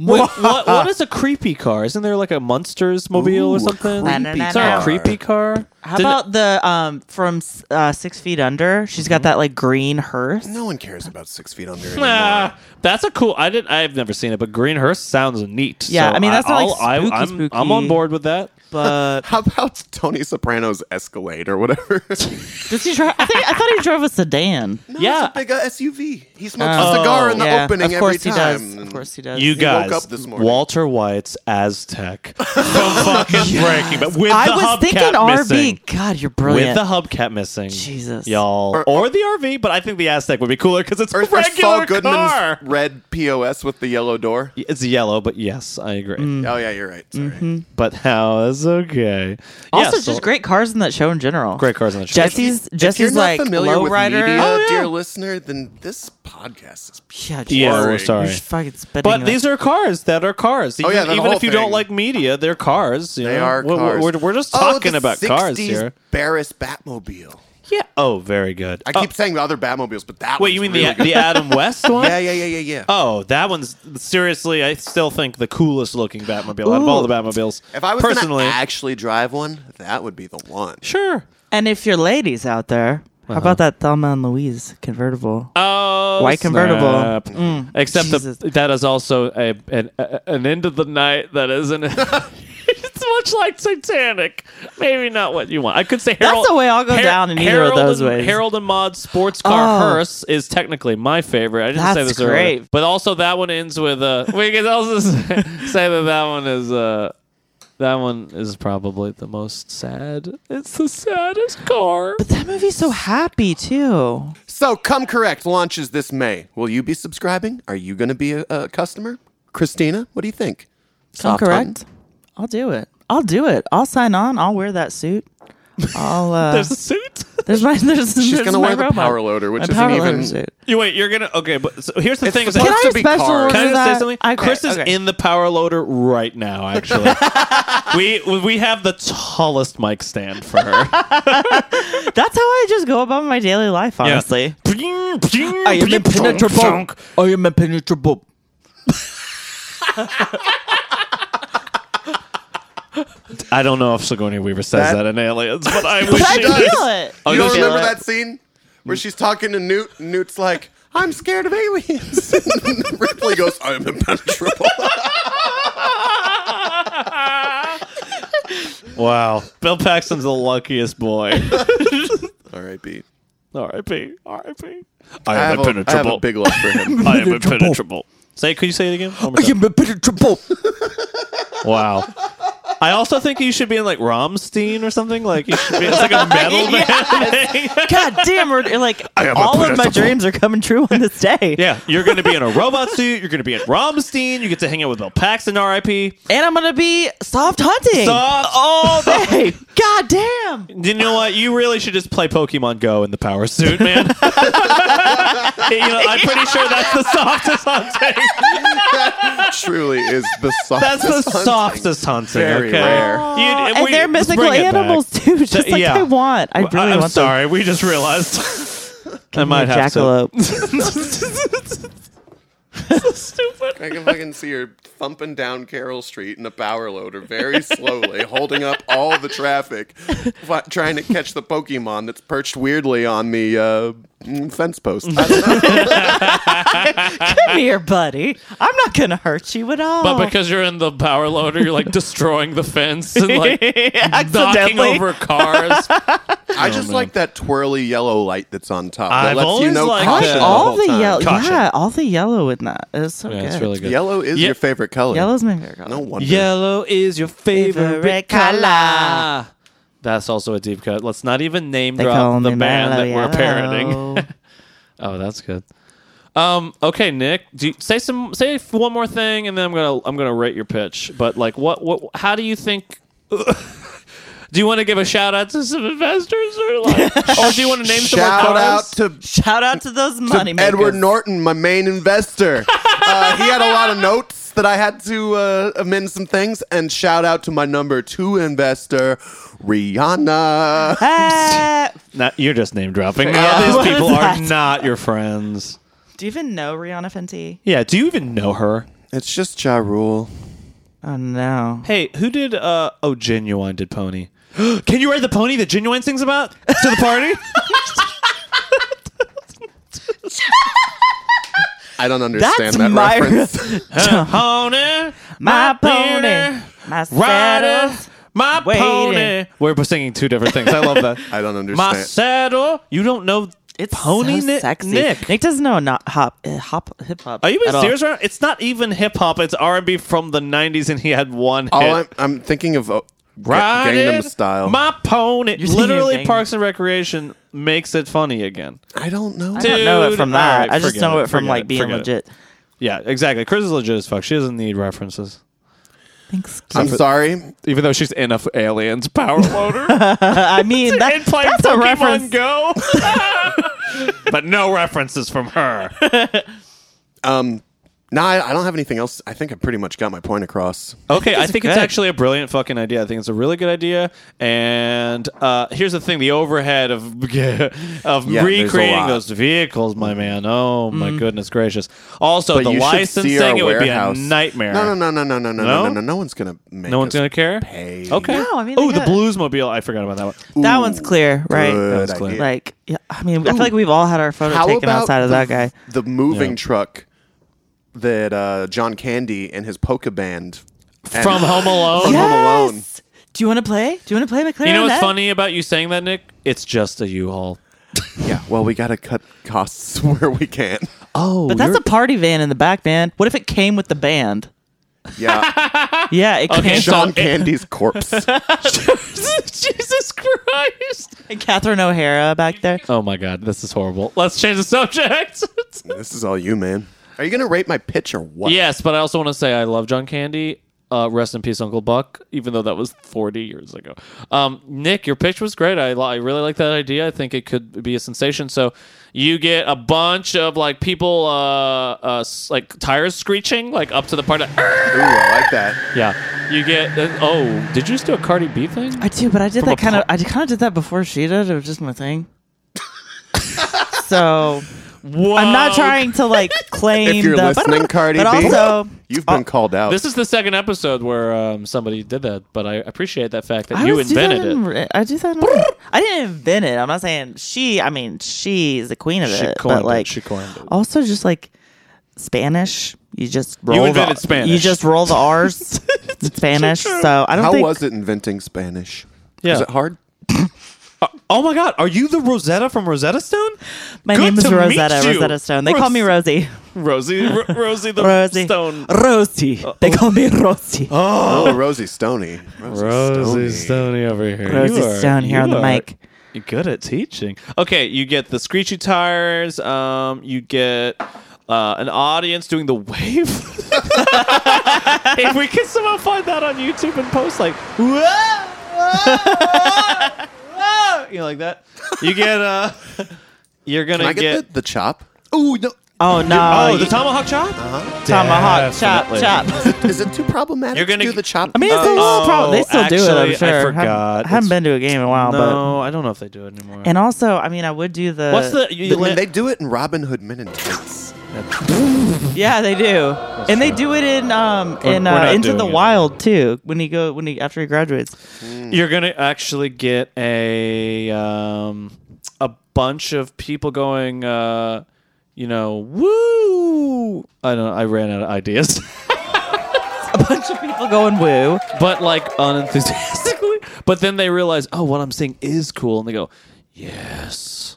Wait, what, what is a creepy car? Isn't there like a Munsters mobile or
Ooh,
something?
creepy
It's not a
car.
creepy car.
How
Did-
about the um from uh, Six Feet Under? She's
Mm-hmm.
got that like green hearse.
No one cares about Six Feet Under anymore.
Nah, that's a cool. I didn't. I've never seen it, but Greenhurst sounds neat.
Yeah,
so
I mean, that's not, like,
I'll-
spooky,
I'm,
spooky.
I'm on board with that.
But
How about Tony Soprano's Escalade or whatever?
does he drive? I, think, I thought he drove a sedan.
No,
Yeah.
it's a big uh, SUV. He smokes
Oh,
a cigar in the
yeah,
opening
of course
every
he
time.
does. Of course he does.
You
He woke
guys,
up this morning.
Walter White's Aztec from fucking Breaking Bad with
I
the
was
hubcap
thinking RV.
missing.
God, you're
With
brilliant.
the hubcap missing,
Jesus.
y'all, or,
Or-
the RV, but I think the Aztec would be cooler because it's
Or,
a
or Saul
regular
Goodman's
car.
red POS with the yellow door.
It's yellow, but yes, I agree.
Mm.
Oh yeah, you're right. Sorry.
But how is okay?
also,
Yeah, so-
just great cars in that show in general.
great cars on the show.
Jesse's
If you're
Jesse's
not
like
familiar with
lowrider.
media,
Oh, yeah.
dear listener, then this podcast is.
yeah,
Yeah,
Sorry.
we're sorry.
You're fucking spitting.
But these are cars that are cars. Even,
Oh, yeah, that
even
whole
if you don't
thing.
like media, they're cars. You
They
know?
are
We're-
cars.
We're, we're just
Oh,
talking
the
about cars
60s
here.
Barris Batmobile.
Yeah. Oh, very good.
I
Oh,
keep saying the other Batmobiles, but that.
wait,
one's
you mean
really
the the Adam West one?
Good. Yeah, yeah, yeah, yeah, yeah.
Oh, that one's seriously. I still think the coolest looking Batmobile out of all the Batmobiles.
if I was
personally,
gonna actually drive one, that would be the one.
sure.
and if you're ladies out there,
Uh-huh.
how about that Thelma and Louise convertible?
Oh,
White convertible. Mm.
snap. Except the,
Jesus.
that is also a, an, a, an end of the night that isn't. it's much like Titanic. Maybe not what you want. I could say Harold.
the way I'll go down in either of
Harold
those
and,
ways.
Harold and Maude's sports car
Oh.
hearse is technically my favorite. I didn't say
That's
this earlier,
great.
but also that one ends with uh, we could also say, say that that one is. Uh, that one is probably the most sad. It's the saddest car.
But that movie's so happy too.
So, Come Correct launches this May. Will you be subscribing? Are you going to be a, a customer? Christina, what do you think?
Come
Soft
correct.
button?
I'll do it. I'll do it. I'll sign on. I'll wear that suit. I'll. Uh,
There's
there's,
a suit.
my. There's,
She's
there's
going to
my
wear the
robot.
power loader, which
My
isn't
power
even.
loader suit.
You wait, you're gonna okay, but so here's the thing: is that,
supposed
Can I
to be
special
cars.
order
Can I just
that?
say something?
Okay,
Chris is
okay.
in the power loader right now. Actually, we we have the tallest mic stand for her.
That's how I just go about my daily life, honestly.
I
I am impenetrable.
I don't know if Sigourney Weaver says that,
That-
in Aliens, but I wish
But I
she did.
feel it.
Oh,
You don't
does she-
remember that scene where she's talking to Newt, and Newt's like, I'm scared of aliens. And Ripley goes, I'm impenetrable.
Wow, Bill Paxton's the luckiest boy.
R.I.P.
R.I.P. R.I.P.
I have, a, I have a big love for him.
I am impenetrable. Say, could you say it again? One more time.
impenetrable.
Wow. I also think you should be in like Romstein or something. Like you should be it's like a metal band thing.
God damn, we're, like
am
all of my
impenetrable.
dreams are coming true on this day.
yeah, you're gonna be in a robot suit. You're gonna be at Romstein. You get to hang out with Bill Paxton, R.I.P.
And I'm gonna be soft hunting
Soft.
all day. God damn.
You know what? You really should just play Pokemon Go in the power suit, man. you know, I'm pretty sure that's the softest hunting.
That truly is the softest.
That's the
hunting.
softest hunting.
Very
okay.
rare.
You-
and
we-
they're
let's
mythical
bring it back.
animals too, just like
yeah.
I want. I really
I- I'm
want
sorry. We just realized. I
them.
might have to.
jackalope.
I can fucking see her thumping down Carroll Street in a power loader very slowly, holding up all the traffic, fi- trying to catch the Pokemon that's perched weirdly on the uh, mm, fence post. I don't know.
Come here, buddy. I'm not gonna hurt you at all.
But because you're in the power loader, you're like destroying the fence and like knocking
accidentally.
over cars.
Oh,
I just like that twirly yellow light that's on top. That
I've
lets you
always
know
liked
caution
that.
the
all
whole
the
time.
yellow,
Caution.
yeah, all the yellow in that. It's so good.
Yellow is
Yeah.
your favorite color.
Yellow's my favorite color.
No wonder.
Yellow is your favorite,
Favorite
color.
color.
That's also a deep cut. Let's not even name
They call
drop the
me
band that
Mellow
we're parroting.
Yellow.
Oh, that's good. Um, okay, Nick, do you, say some say f- one more thing, and then I'm gonna I'm gonna rate your pitch. But like, what what? How do you think? do you want to give a shout out to some investors, or like, or do you want to name some more
Shout
cars?
out to,
Shout out to those
to
money makers.
Edward Norton, my main investor. uh, he had a lot of notes that I had to uh, amend some things. And shout out to my number two investor, Rihanna.
Ah,
Not, you're just name dropping.
Yeah.
Now
What
these people
is
are
that?
not your friends.
do you even know Rihanna Fenty?
Yeah. Do you even know her?
It's just Ja Rule.
Oh no.
Hey, who did? uh Oh, Genuine did Pony. Can you ride the pony that Genuine sings about to the party?
I don't understand
That's
that
my
reference.
pony,
my pony, my saddle.
my
waiting. pony.
We're singing two different things. I love that.
I don't understand.
my saddle. You don't know.
It's
pony
so
Nick-
sexy.
Nick.
doesn't know not hop, uh, hop, hip hop.
Are you being serious? Right? now? It's not even hip hop. It's R and B from the '90s, and he had one hit.
All I'm, I'm thinking of uh, Ga- Gangnam
Riding
Style.
My pony.
You're thinking of
Literally,
Gangnam.
Parks and Recreation makes it funny again.
I don't know.
I don't know it
Dude,
from that.
alright,
I just
forget
know
it,
it, from
forget
like
it,
being
forget it.
legit.
Yeah, exactly. Chris is legit as fuck. She doesn't need references,
Thanks.
I'm sorry.
even though she's in a f- aliens power loader
I mean, that,
and playing
that's a
Pokemon
reference.
Go. but no references from her.
No, I, I don't have anything else. I think I pretty much got my point across.
Okay, I think it's
good.
actually a brilliant fucking idea. I think it's a really good idea. And uh, here's the thing: the overhead of of
Yeah, there's a
recreating
lot. Mm-hmm.
those vehicles, my man. Oh my goodness gracious! Also, the
you should see our
licensing it would be a
warehouse.
nightmare.
No, no, no, no, no, no, no, no,
No?
no, no. No one's gonna make.
No one's
us
gonna care.
pay.
Okay.
No, I mean, uh,
oh,
they
the
got-
Bluesmobile. I forgot about that one.
That one's clear, right?
Good
was clear.
idea.
Like, yeah, I mean, I feel like we've all had our photo taken outside of
the,
that guy.
The moving
Yeah.
truck that uh, John Candy and his polka band and-
From Home Alone.
Yeah. Home Alone.
Yes! Do you want to play? Do you want to play McLaren?
You know what's funny about you saying that, Nick? It's just a U-Haul.
Yeah, well, we gotta cut costs where we can.
Oh,
But that's a party van in the back, man. What if it came with the band?
Yeah,
Yeah, it
Okay,
came.
so-
John Candy's corpse.
Jesus Christ.
And Catherine O'Hara back there.
Oh my God, this is horrible. Let's change the subject.
this is all you, man. Are you gonna rate my pitch or what?
Yes, but I also want to say I love John Candy. Uh, rest in peace, Uncle Buck. Even though that was 40 years ago. Um, Nick, your pitch was great. I, li- I really like that idea. I think it could be a sensation. So you get a bunch of like people, uh, uh, s- like tires screeching, like up to the part. Of,
Ooh, I like that.
yeah, you get. Uh, oh, did you just do a Cardi B thing?
I do, but I did
From a
that kind of.
pub-
I kind of did that before she did. It was just my thing. so
Whoa.
I'm not trying to like claim.
If you're
the,
listening, Cardi
but
B,
also uh,
you've been called out.
This is the second episode where um, somebody did that, but I appreciate that fact that
I
you
always do that
invented
in
it.
re- I do that. in- I didn't invent it. I'm not saying she. I mean, she's the queen of
She
it.
coined
But like,
it. She coined it.
also just like Spanish. You just roll
invented
the,
Spanish.
You just roll the R's in Spanish. So I don't
How
think
was it inventing Spanish?
Yeah.
Was it hard?
Oh my God, are you the Rosetta from Rosetta Stone?
my
Good
name is
to meet
Rosetta.
you.
Rosetta Stone. They
Ros-
call me Rosie.
Rosie, R- Rosie the
Rosie.
Stone.
Rosie. They call me Rosie.
Oh, Rosie Stoney. Rosie,
Stoney over here.
Rosie Stone here on the mic.
You're good at teaching. Okay, you get the screechy tires. Um, you get uh, an audience doing the wave. if we can somehow find that on YouTube and post like, whoa, whoa, whoa," you know, like that. You get uh, you're gonna
Can I get,
get.
the, the chop? Ooh, no.
Oh no!
Oh, the
you-
tomahawk chop!
tomahawk chop
Definitely.
chop.
Is it too problematic
You're gonna
to do the
get-
chop?
I mean, it's a little
Oh,
problem. They still do it.
actually, I
I'm sure. Haven't-
forgot.
I haven't
It's-
been to a game in a while, but
No, I don't know if they do it anymore.
And also, I mean, I would do the.
What's the? You,
I mean,
let-
they do it in Robin Hood Men in Tights.
Yeah, they do, and they do it in um
We're-
in
we're
uh,
not
Into
doing
the
it.
Wild too. When he go when he after he graduates,
Mm.
You're gonna actually get a um, a bunch of people going, uh, you know, woo. I don't. I ran out of ideas,
a bunch of people going woo.
but like unenthusiastically. But then they realize, oh, what I'm seeing is cool, and they go, yes.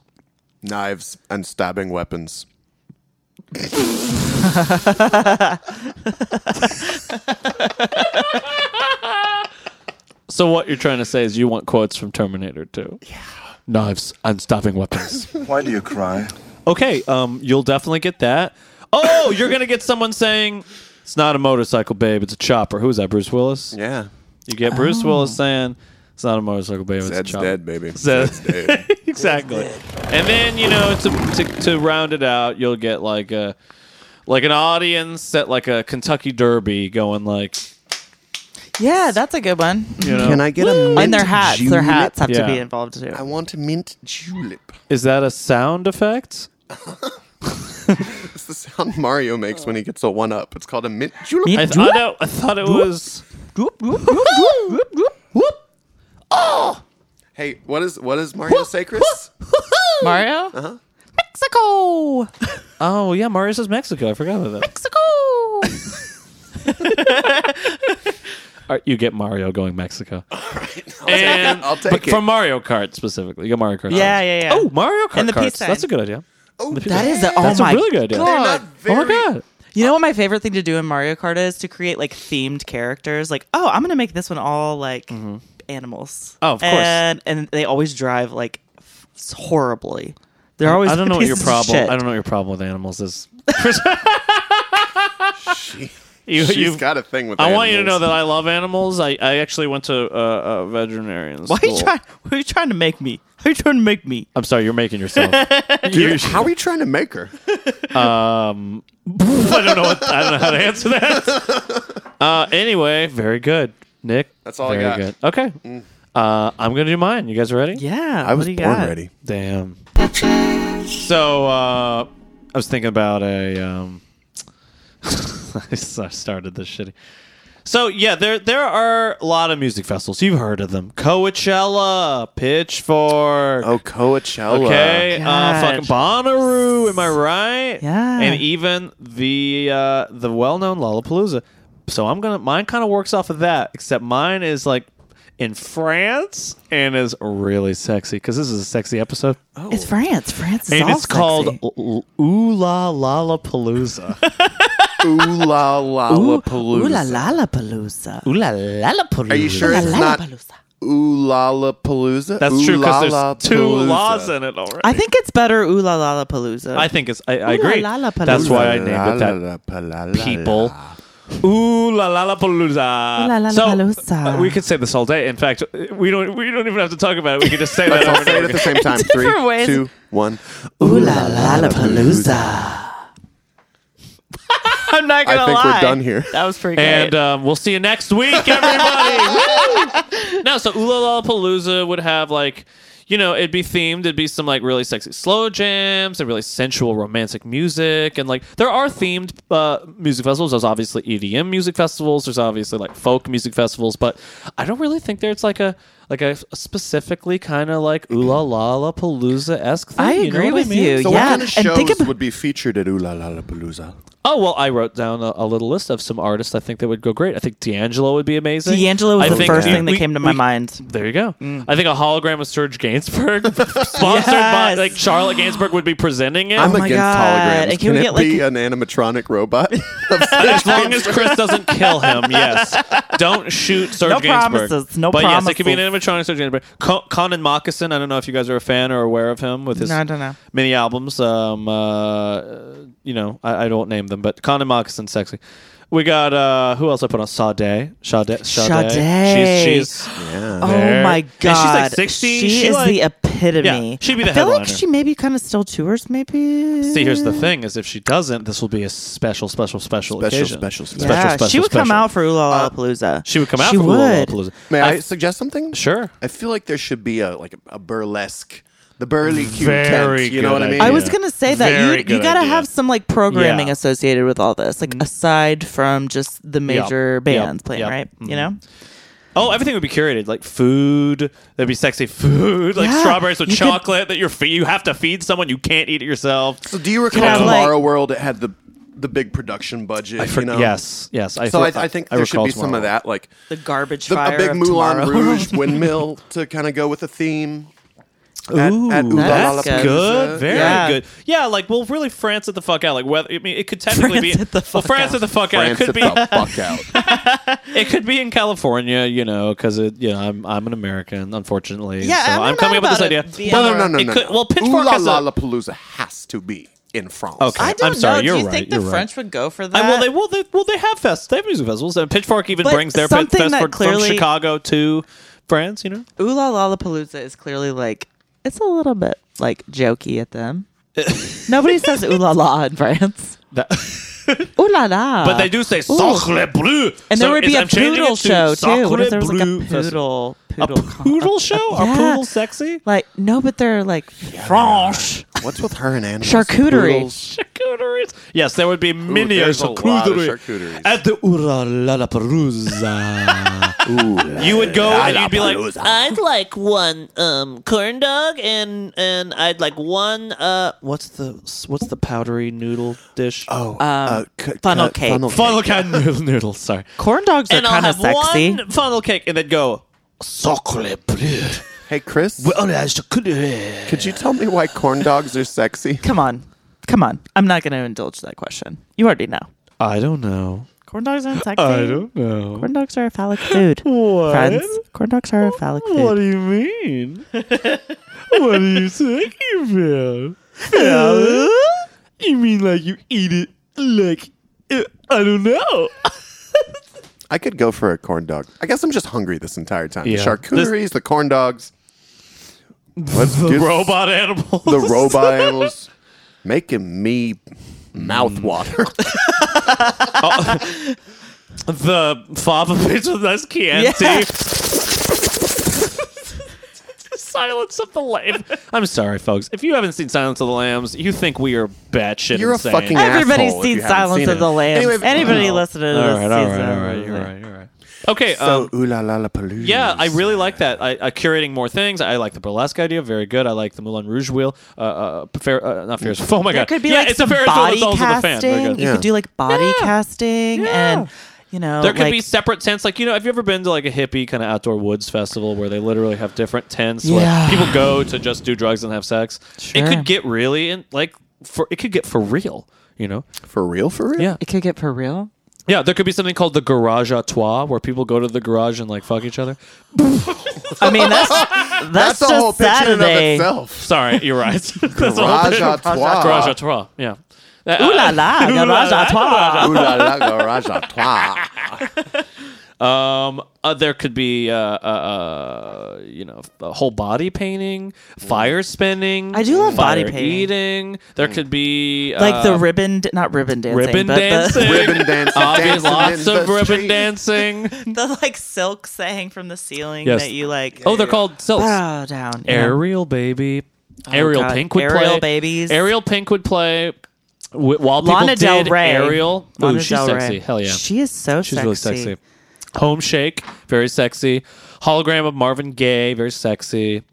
Knives and stabbing weapons.
So what you're trying to say is you want quotes from Terminator 2. Yeah. Knives and stabbing weapons.
Why do you cry?
Okay, um, you'll definitely get that. Oh, you're gonna get someone saying it's not a motorcycle, babe. It's a chopper. Who is that? Bruce Willis.
Yeah.
You get Bruce Willis saying it's not a motorcycle, babe. It's a
Oh. Zed's
chopper.
dead, baby.
Zed-
Zed's dead.
exactly. And then you know to, to to round it out, you'll get like a like an audience at like a Kentucky Derby, going like
Yeah, that's a good one.
you know.
Can I get a mint
And their hats,
julep?
their hats have
Yeah.
to be involved too.
I want a mint julep.
Is that a sound effect?
It's the sound Mario makes when he gets a one up. It's called a mint julep.
Mint-
I, th- I, know, I thought it was.
Whoop, whoop, whoop, whoop, whoop, whoop.
hey, what is what is Mario say, Chris?
Mario, uh-huh. Mexico,
Oh yeah, Mario says Mexico. I forgot about that.
Mexico.
All right, you get Mario going Mexico,
And I'll
but
take it.
for Mario Kart specifically. You get Mario Kart.
Yeah,
cards.
yeah, yeah.
Oh, Mario Kart
And the
cards.
peace sign.
That's a good idea.
oh,
That is a, oh
That's
my
a really good idea.
They're not
Oh
very.
my god.
You know what my favorite thing to do in Mario Kart is to create like themed characters. Like, oh, I'm gonna make this one all like animals.
Mm-hmm. Oh, of course.
And and they always drive like f- horribly. They're always
I don't know what your
pieces of
problem.
shit.
I don't know what your problem with animals is. you,
She's
you,
got a thing with.
I want you to know
animals.
that I love animals. I, I actually went to a, a veterinarian
Why are
school.
you trying? Who are you trying to make me? Who are you trying to make me?
I'm sorry, you're making yourself.
Dude, how are you trying to make her?
I don't know. What, I don't know how to answer that. Uh, anyway, very good, Nick.
That's all I
very
got. Mm.
Good. Okay, uh, I'm gonna do mine. You guys ready?
Yeah,
I was
what do you
born
got?
ready.
Damn. So uh, I was thinking about a. Um, I started this shitty. So yeah, there there are a lot of music festivals. You've heard of them: Coachella, Pitchfork.
Oh, Coachella.
Okay, uh,
God.
fucking Bonnaroo, am I right?
Yeah.
and even the uh, the well known Lollapalooza. So I'm gonna mine kind of works off of that, except mine is like in France and is really sexy because this is a sexy episode,
Oh. It's France. France is
and
all
it's called
sexy.
L- L- Ooh La Lollapalooza.
Ooh la la la
Ooh la
palooza.
la la palooza.
Ooh La Lollapalooza.
Are you sure it's
la
not
palooza.
Ooh la la palooza?
That's true because there's two laws in it already.
I think it's better. Ooh la la la palooza.
I think it's. I, I
Ooh La
agree.
Lollapalooza.
That's why I
La
named
la
it that.
la pa la la
people.
la.
Ooh la la la palooza.
Ooh la la
so,
palooza.
uh, we could say this all day. In fact, we don't. We don't even have to talk about it. We could just say that.
Let's all
over and
say it
over
at the same
again.
time. Three,
Different ways.
two, one.
Ooh la la la palooza. I'm not
I
gonna
think we're
lie.
done here.
That was pretty
And
good.
um, we'll see you next week, everybody. Woo! no, so Ooh la la palooza would have like. You know, it'd be themed. It'd be some like really sexy slow jams and really sensual romantic music. And like, there are themed uh, music festivals. There's obviously EDM music festivals. There's obviously like folk music festivals. But I don't really think there's like a like a specifically kind of like ooh la la la palooza esque thing.
I
you know
agree
what
with
mean?
you.
So
yeah,
what kind of
and think
shows
about
would be featured at Ooh La La La Palooza?
Oh well, I wrote down a, a little list of some artists I think that would go great. I think D'Angelo would be amazing.
D'Angelo was
I
the
think
first
we-
thing that
we-
came to my
we-
mind. Mm.
There you go. I think a hologram of Serge Gainsbourg, sponsored by
Yes.
like Charlotte Gainsbourg, would be presenting it.
I'm
Oh my
against
God.
holograms.
And can
Can,
we
it
get,
be an animatronic robot?
as long as Chris doesn't kill him, yes. Don't shoot Serge
No
Gainsbourg.
promises, no
but yes, it could be an
promises.
animatronic Serge Gainsbourg. Con- Conan Moccasin. I don't know if you guys are a fan or aware of him with his
No, I don't know.
many albums. Um, uh, you know, I, I don't name them, but Conan Moccasin, sexy. We got uh, who else I put on Sade, Sade, Sade.
Sade.
She's, she's
yeah.
There.
Oh my
And she's,
god,
like, 60.
She,
She,
is
like-
the epitome.
Yeah, she'd be the
I feel like
headliner.
she maybe kind of still tours. Maybe.
See, here's the thing: is if she doesn't, this will be a special, special, special,
Special,
occasion.
special, special.
special,
yeah,
special.
she would come
special. Uh,
out for Ooh La La Palooza.
She would come out
She
for
would.
Lollapalooza.
May I,
I-
suggest something?
Sure.
I feel like there should be a like a burlesque, the burly cute
Very
tent. You know
good
what I mean?
idea.
I was
Yeah.
gonna say that
Very
you
good
you gotta
idea.
have some like programming
Yeah. Mm-hmm.
associated with all this, like aside from just the major
Yep.
bands playing,
Yep. Mm-hmm.
right? You know,
Oh, everything would be curated, like food. There'd be sexy food, like
Yeah,
strawberries with
you could-
chocolate that you're fe- you have to feed someone. You can't eat it yourself.
So do you recall
Yeah, like-
Tomorrow World? It had the the big production budget.
For-
you know?
Yes, yes. I
So
for-
I, I think there should
recall
be some
tomorrow.
of that, like
the garbage
the,
fire
a big
of
Moulin
tomorrow.
Rouge windmill to kind of go with the theme. At-
Ooh,
at Ooh La
that's
La
good.
good,
Palooza.
very
Yeah.
good. Yeah, like well, really, France at the fuck out. Like whether I mean, it could technically
France
be
at the
well,
fuck
France
out.
at the fuck out.
France
It could
at
be
the fuck out.
It could be in California, you know, because you know I'm I'm an American, unfortunately.
Yeah,
so
I'm
I'm,
not
coming up
mad
with this
about
idea.
it being-
No, no, no, no,
It
no.
could-
no.
well, Pitchfork
Ooh La
has a-
La La Palooza has to be in France.
Okay.
I
I'm
don't
sorry,
know.
you're
Do you
right,
think the
you're right.
French would go for that?
And well, they will. They, well, they have fests. They have music festivals. And Pitchfork even
But
brings their pit
something
fest
that
for,
clearly-
from Chicago to France. You know,
Ooh La Lollapalooza is clearly like it's a little bit like jokey at them. Nobody says ooh la la in France.
that
Ooh la la.
But they do say Sacre Bleu.
And there
So
would be
it's-
a
I'm changing
poodle
it to
show too. What
Sacre
if there was like
Bleu
a
Festival.
poodle
A
poodle con-
poodle show? Are
Yeah.
poodles sexy?
Like no, but they're like French.
What's with her and animals?
Charcuterie.
Poodles?
Charcuteries. Yes, there would be
Ooh,
mini
there's a lot of
charcuterie
charcuteries.
at the Ura Lollapalooza.
Ooh,
you would go and you'd be like,
I'd like one um corn dog and and I'd like one uh
"What's the what's the powdery noodle dish?"
oh,
Uh,
Um,
c-
funnel
c-
cake.
funnel cake noodle, noodle. Sorry,
Corn dogs are
and I'll
kind of
have
sexy.
one funnel cake, and then go Sacre Bleu.
Hey, Chris,
Oh, that's charcuterie.
could you tell me why corn dogs are sexy?
Come on, come on. I'm not going to indulge that question. You already know.
I don't know.
Corn dogs aren't sexy.
I don't know.
Corn dogs are a phallic food.
What?
Friends, corn dogs are a phallic food.
What do you mean? what are you talking about? Salad? You mean like you eat it like uh, I don't know?
I could go for a corn dog. I guess I'm just hungry this entire time.
Yeah.
Charcuteries, the corn dogs. Let's
The
do
robot animals.
the robot animals, making me mouth water.
the fava pitch with us Chianti.
Yeah.
Silence of the Lambs. I'm sorry, folks. If you haven't seen Silence of the Lambs, you think we are batshit
You're a
insane.
fucking
Everybody's
asshole if
seen
you haven't
Silence
seen
of
it.
the Lambs.
Anyway,
Anybody
wow.
listening to
all
this
right, all
season,
right, all right, you're right, you're right. Okay, um,
So ooh la la la palooza.
Yeah, I really like that. I, I curating more things. I like the burlesque idea, very good. I like the Moulin Rouge wheel. Uh, uh, fair, uh not Ferris. Oh my
There
god,
could be
yeah,
like
it's
some
a Ferris wheel
body
that's also the fan.
casting.
Very good.
You
Yeah.
could do like body casting
Yeah.
and you know
There could
like,
be separate tents, like you know. Have you ever been to like a hippie kind of outdoor woods festival where they literally have different tents where
Yeah.
people go to just do drugs and have sex? It
Sure.
could get really in, like for it could get for real, you know.
for real, for real.
Yeah.
it could get for real.
Yeah, there could be something called the garage à trois where people go to the garage and like fuck each other.
I mean that's
that's,
that's,
the
just
whole picture
Saturday.
in and of itself.
Sorry, you're right. That's the whole
Garage
thing.
à trois.
Garage à trois. Yeah.
Ooh la la, garage à toi.
Ooh la la garage à toi.
Um, uh, there could be uh, uh, uh, you know, a whole body painting,
Mm.
fire spinning.
I do love body
fire
painting.
Eating. There
Mm.
could be uh,
Like the ribbon, not ribbon dancing,
ribbon
but the-
dancing.
Ribbon dancing,
Obvious,
dancing
lots
in
of
the
ribbon
street.
dancing.
The, like silks that hang from the ceiling
Yes.
that you like.
Oh, they're called silks.
bow down. yeah.
Ariel baby. Ariel
Oh, God.
Pink would play.
Ariel babies.
Ariel Pink would play. Wi- While people
Lana Del
did
Rey.
Ariel,
Lana
Ooh, she's
Del Rey.
sexy. Hell yeah,
She is so
She's
sexy.
really sexy. Home Shake, very sexy. Hologram of Marvin Gaye, very sexy.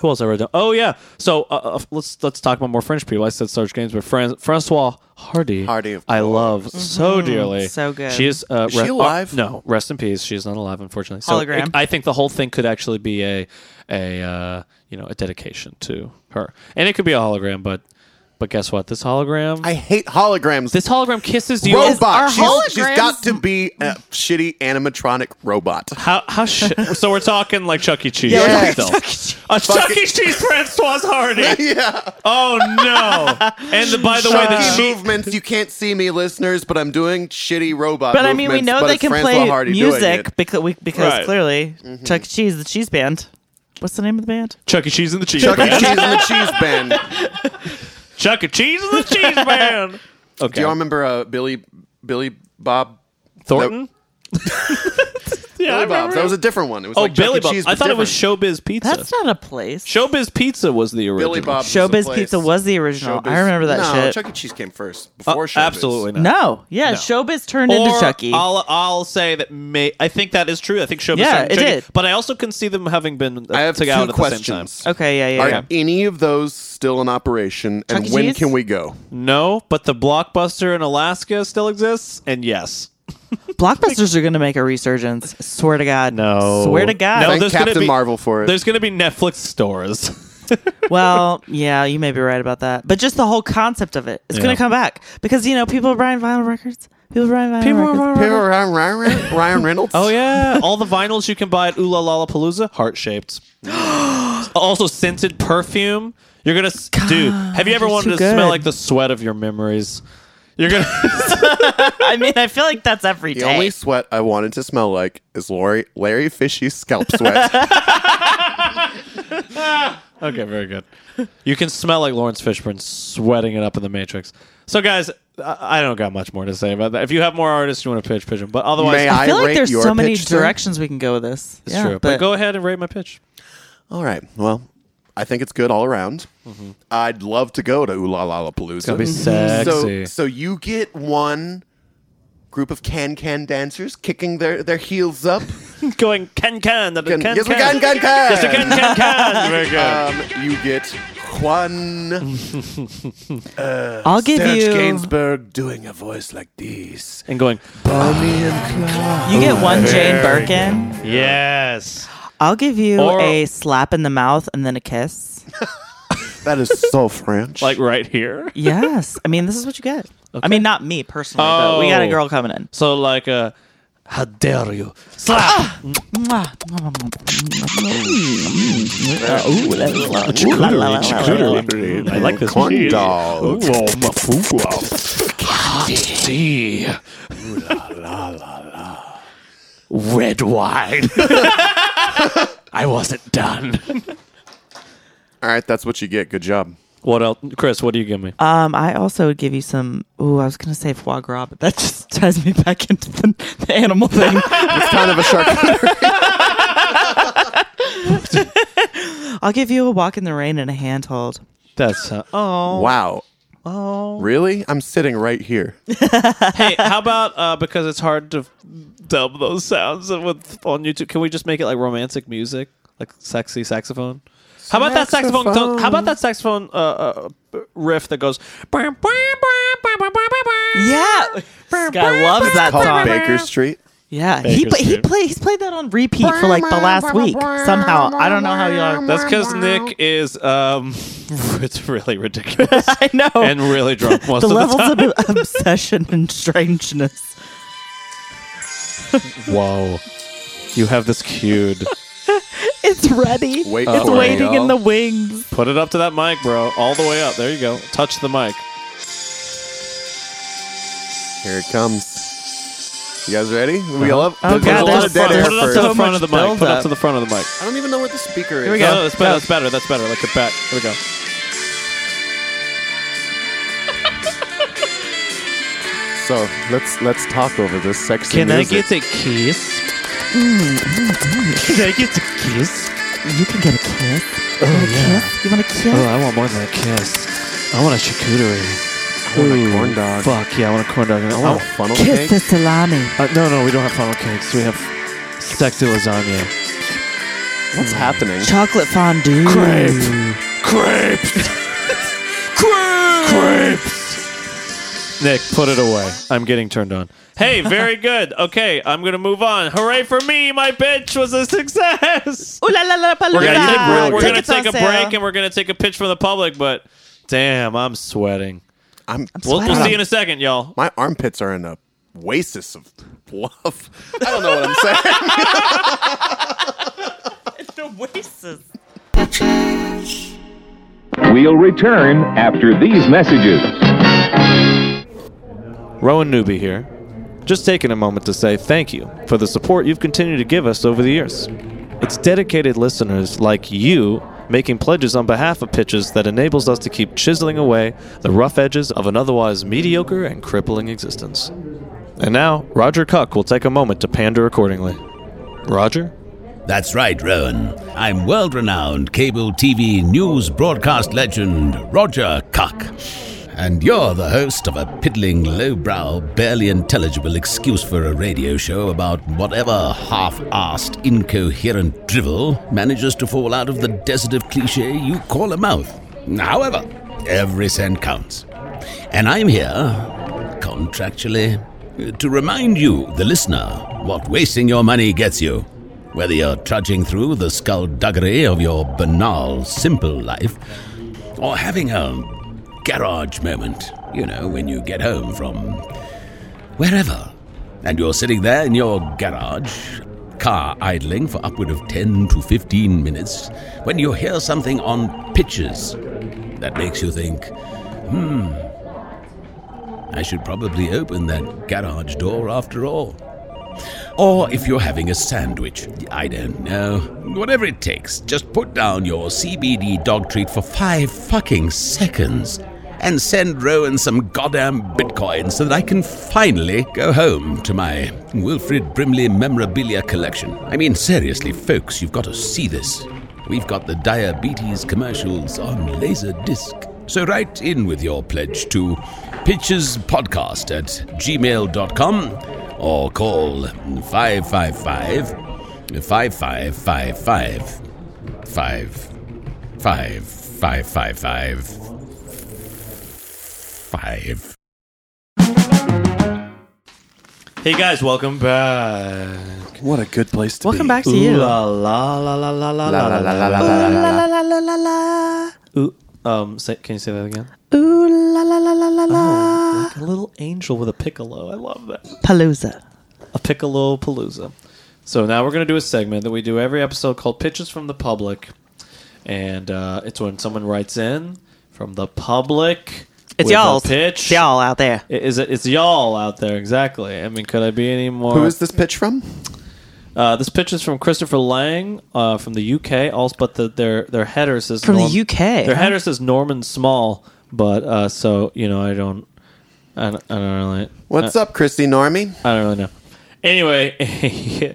Who else I wrote down? Oh yeah. So uh, uh, let's let's talk about more French people. I said Serge Gainsbourg, Fran- Francois Hardy.
Hardy, of
I love so dearly.
Mm-hmm. so good.
She is. Uh,
Is she
re- uh,
alive?
no, rest in peace. She is not alive, unfortunately. So
Hologram.
it- I think the whole thing could actually be a a uh, you know a dedication to her, and it could be a hologram. But but guess what? This hologram.
I hate holograms.
this hologram kisses you.
Are
robot. She's, she's
holograms-
got to be a shitty animatronic robot.
How, how sh- Uh, so we're talking like Chuck E. Cheese.
Yeah, we're
right
talking
still. A Chuck E. Cheese Francois Hardy.
yeah.
Oh no! And the, by the way, the
Shitty
cheat.
movements. You can't see me, listeners, but I'm doing shitty robot.
But I mean, we
movements,
know
but
they
it's
can
Francois
play
Hardy doing it. Mm-hmm.
music because we, because
Right.
clearly Chuck E. Cheese, the cheese band. What's the name of the band?
Chuck E. Cheese and the Cheese
Chuck E.
Man.
Cheese and the Cheese Band.
Chuck E. Cheese and the Cheese Man. Okay.
Do y'all remember uh, Billy Billy Bob?
Thornton? yeah,
Billy
I remember.
Bob's. That was a different one. It was
oh,
like Chuck E.
Billy Bob.
Cheese,
I
but
thought it was
different.
Showbiz Pizza.
That's not a place.
Showbiz Pizza was the original.
Billy Bob.
Showbiz Pizza was the original. I remember that
no,
shit.
Chuck E. Cheese came first
Uh,
before Showbiz.
absolutely not.
no, yeah, Showbiz turned into
Or
Chuck E.
I'll I'll say that may I think that is true. I think Showbiz.
Yeah,
started
it
Chuck E.
did.
But I also can see them having been uh,
I have
together
two
at the same time.
questions.
Okay, yeah, yeah,
Are
yeah.
any of those still in operation, and
Chuck E.
when
Cheese?
can we go?
No, but the blockbuster in Alaska still exists, and yes.
Blockbusters are going to make a resurgence. Swear to God.
No.
Swear to God.
No. Oh,
Thank
there's gonna
Captain
be-
Marvel for it.
There's going to be Netflix stores.
Well, yeah, you may be right about that. But just the whole concept of it, it's
Yeah.
going to come back because you know people are buying vinyl records. People are buying vinyl records.
Remember Ryan, Ryan, Ryan Reynolds.
oh yeah, all the vinyls you can buy at Oola Lollapalooza, heart shaped. also scented perfume. You're gonna s dude. Have you ever
you're
wanted
too
to smell
good.
like the sweat of your memories? You're gonna.
I mean, I feel like that's every
The
day.
only sweat I wanted to smell like is Larry, Larry Fishy's scalp sweat.
okay, very good. You can smell like Lawrence Fishburne sweating it up in the Matrix. So, guys, I I don't got much more to say about that. If you have more artists you want to pitch, pitch 'em. But otherwise,
May I
I feel like
rate
there's
your
so many
pitch, sir?
directions we can go with this.
it's
yeah,
true. But, go ahead and rate my pitch.
All right. Well, I think it's good all around. I'd love to go to Ooh La La Palooza.
be
So,
sexy.
so you get one group of can can dancers kicking their, their heels up.
Going can can.
Can, yes, we can, can, can. Yes,
Can can can. Very good.
Um, you get Juan
I'll give
Serge
you.
Gainsbourg doing a voice like this.
And going,
Bonnie and Clyde.
You get one Jane Birkin.
yes.
I'll give you
Or-
a slap in the mouth and then a kiss.
That is so French.
Like right here.
Yes, I mean this is what you get. I mean not me personally, but we got a
Oh.
girl coming in.
So, like, uh, how dare you? Slap.
Mwah. Ooh, that was loud. Ooh, la, la, la, la, la, la.
I like this
Corn
cheese.
dog.
um,
Tea. Red wine. I wasn't done.
All right, that's what you get. Good job.
What else, Chris? What do you give me?
Um, I also would give you some. Ooh, I was gonna say foie gras, but that just ties me back into the, the animal thing.
It's kind of a shark.
I'll give you a walk in the rain and a handhold.
That's uh, oh.
wow. Oh. Really? I'm sitting right here.
Hey, how about uh, because it's hard to dub those sounds with on YouTube? Can we just make it like romantic music, like sexy saxophone? How about that saxophone?
Saxophone.
How about that saxophone uh, uh, riff that goes?
Yeah, this guy loves that
Called
song.
Baker Street.
Yeah, he
Baker's
play, he
Street.
play, he's played that on repeat for like the last week. Somehow, I don't know how you are.
That's because Nick is um, it's really ridiculous
I know
and really drunk most
the
of the
levels
time.
of obsession and strangeness.
Whoa, you have this cued.
It's ready.
Wait
it's
for it,
waiting
y'all.
in the wings.
Put it up to that mic, bro. All the way up. There you go. Touch the mic.
Here it comes. You guys ready? We all up.
Oh,
There's a
God,
lot
there's
of dead
so
air
much-
Put it up
first.
to the
So
front
much
of the mic. Put it
buildup.
up to the front of the mic.
I don't even know what the speaker is.
we
No,
go.
no, that's better. That's better. That's better. Like the back. There we go.
So let's let's talk over this sexy music.
a kiss? Can I get a kiss?
You can get a kiss. you want a kiss? You want a kiss?
Oh, I want more than a kiss. I want a charcuterie.
I want a corn dog.
Fuck yeah, I want a corn dog.
I want a Oh, funnel
kiss
cake.
the salami.
Uh, no, no, we don't have funnel cakes. We have sexy lasagna.
What's happening?
Chocolate fondue.
Crepes. Crepes. Nick, put it away. I'm getting turned on. Hey, very good. Okay, I'm gonna move on. Hooray for me! My bitch was a success.
Ooh la la la palooza.
We're gonna, take, we're, we're gonna
Tickets on
take a
sale.
break and we're gonna take a pitch from the public, but damn, I'm sweating.
I'm,
We'll, we'll
Sweating.
see you in a second, y'all.
my armpits are in a oasis of love. I don't know what I'm saying.
We'll return after these messages.
Rowan Newby here. Just taking a moment to say thank you for the support you've continued to give us over the years. It's dedicated listeners like you making pledges on behalf of pitches that enables us to keep chiseling away the rough edges of an otherwise mediocre and crippling existence. And now, Roger Cuck will take a moment to pander accordingly. Roger?
That's right, Rowan. I'm world renowned cable TV news broadcast legend Roger Cuck. And you're the host of a piddling, lowbrow, barely intelligible excuse for a radio show about whatever half assed, incoherent drivel manages to fall out of the desert of cliche you call a mouth. However, every cent counts. And I'm here contractually, to remind you, the listener, what wasting your money gets you. Whether you're trudging through the skullduggery of your banal, simple life, or having a garage moment, you know, when you get home from wherever, and you're sitting there in your garage, car idling for upward of 10 to 15 minutes, when you hear something on pitches that makes you think, I should probably open that garage door after all. Or if you're having a sandwich, I don't know. Whatever it takes, just put down your CBD dog treat for five fucking seconds and send Rowan some goddamn bitcoin so that I can finally go home to my Wilfred Brimley memorabilia collection. I mean, seriously, folks, you've got to see this. We've got the diabetes commercials on Laserdisc. So write in with your pledge to pitchespodcast at gmail.com or call 555 5555 five, five, five, five, five, five.
Hey guys, welcome back.
What a good place to
Welcome
be.
back to you.
La la la la la la la la la la.
La la la la la.
Ooh, um, say, can you say that again?
Ooh la la la la la la.
Like a little angel with a piccolo. I love that.
Oh. Palooza.
a piccolo palooza. So now we're going to do a segment that we do every episode called Pitches from the Public. And uh, it's when someone writes in from the public.
It's
with a
y'all.
Pitch.
y'all out there.
I- Is it? It's y'all out there exactly. I mean, could I be any more?
Who is this pitch from?
uh, this pitch is from Christopher Lang uh, from the UK. Also, but the, their their header says
From the UK,
Their
huh?
header says Norman Small. But uh, so you know, I don't, I don't, I don't really.
What's up, Christy Normie?
I don't really know. Anyway,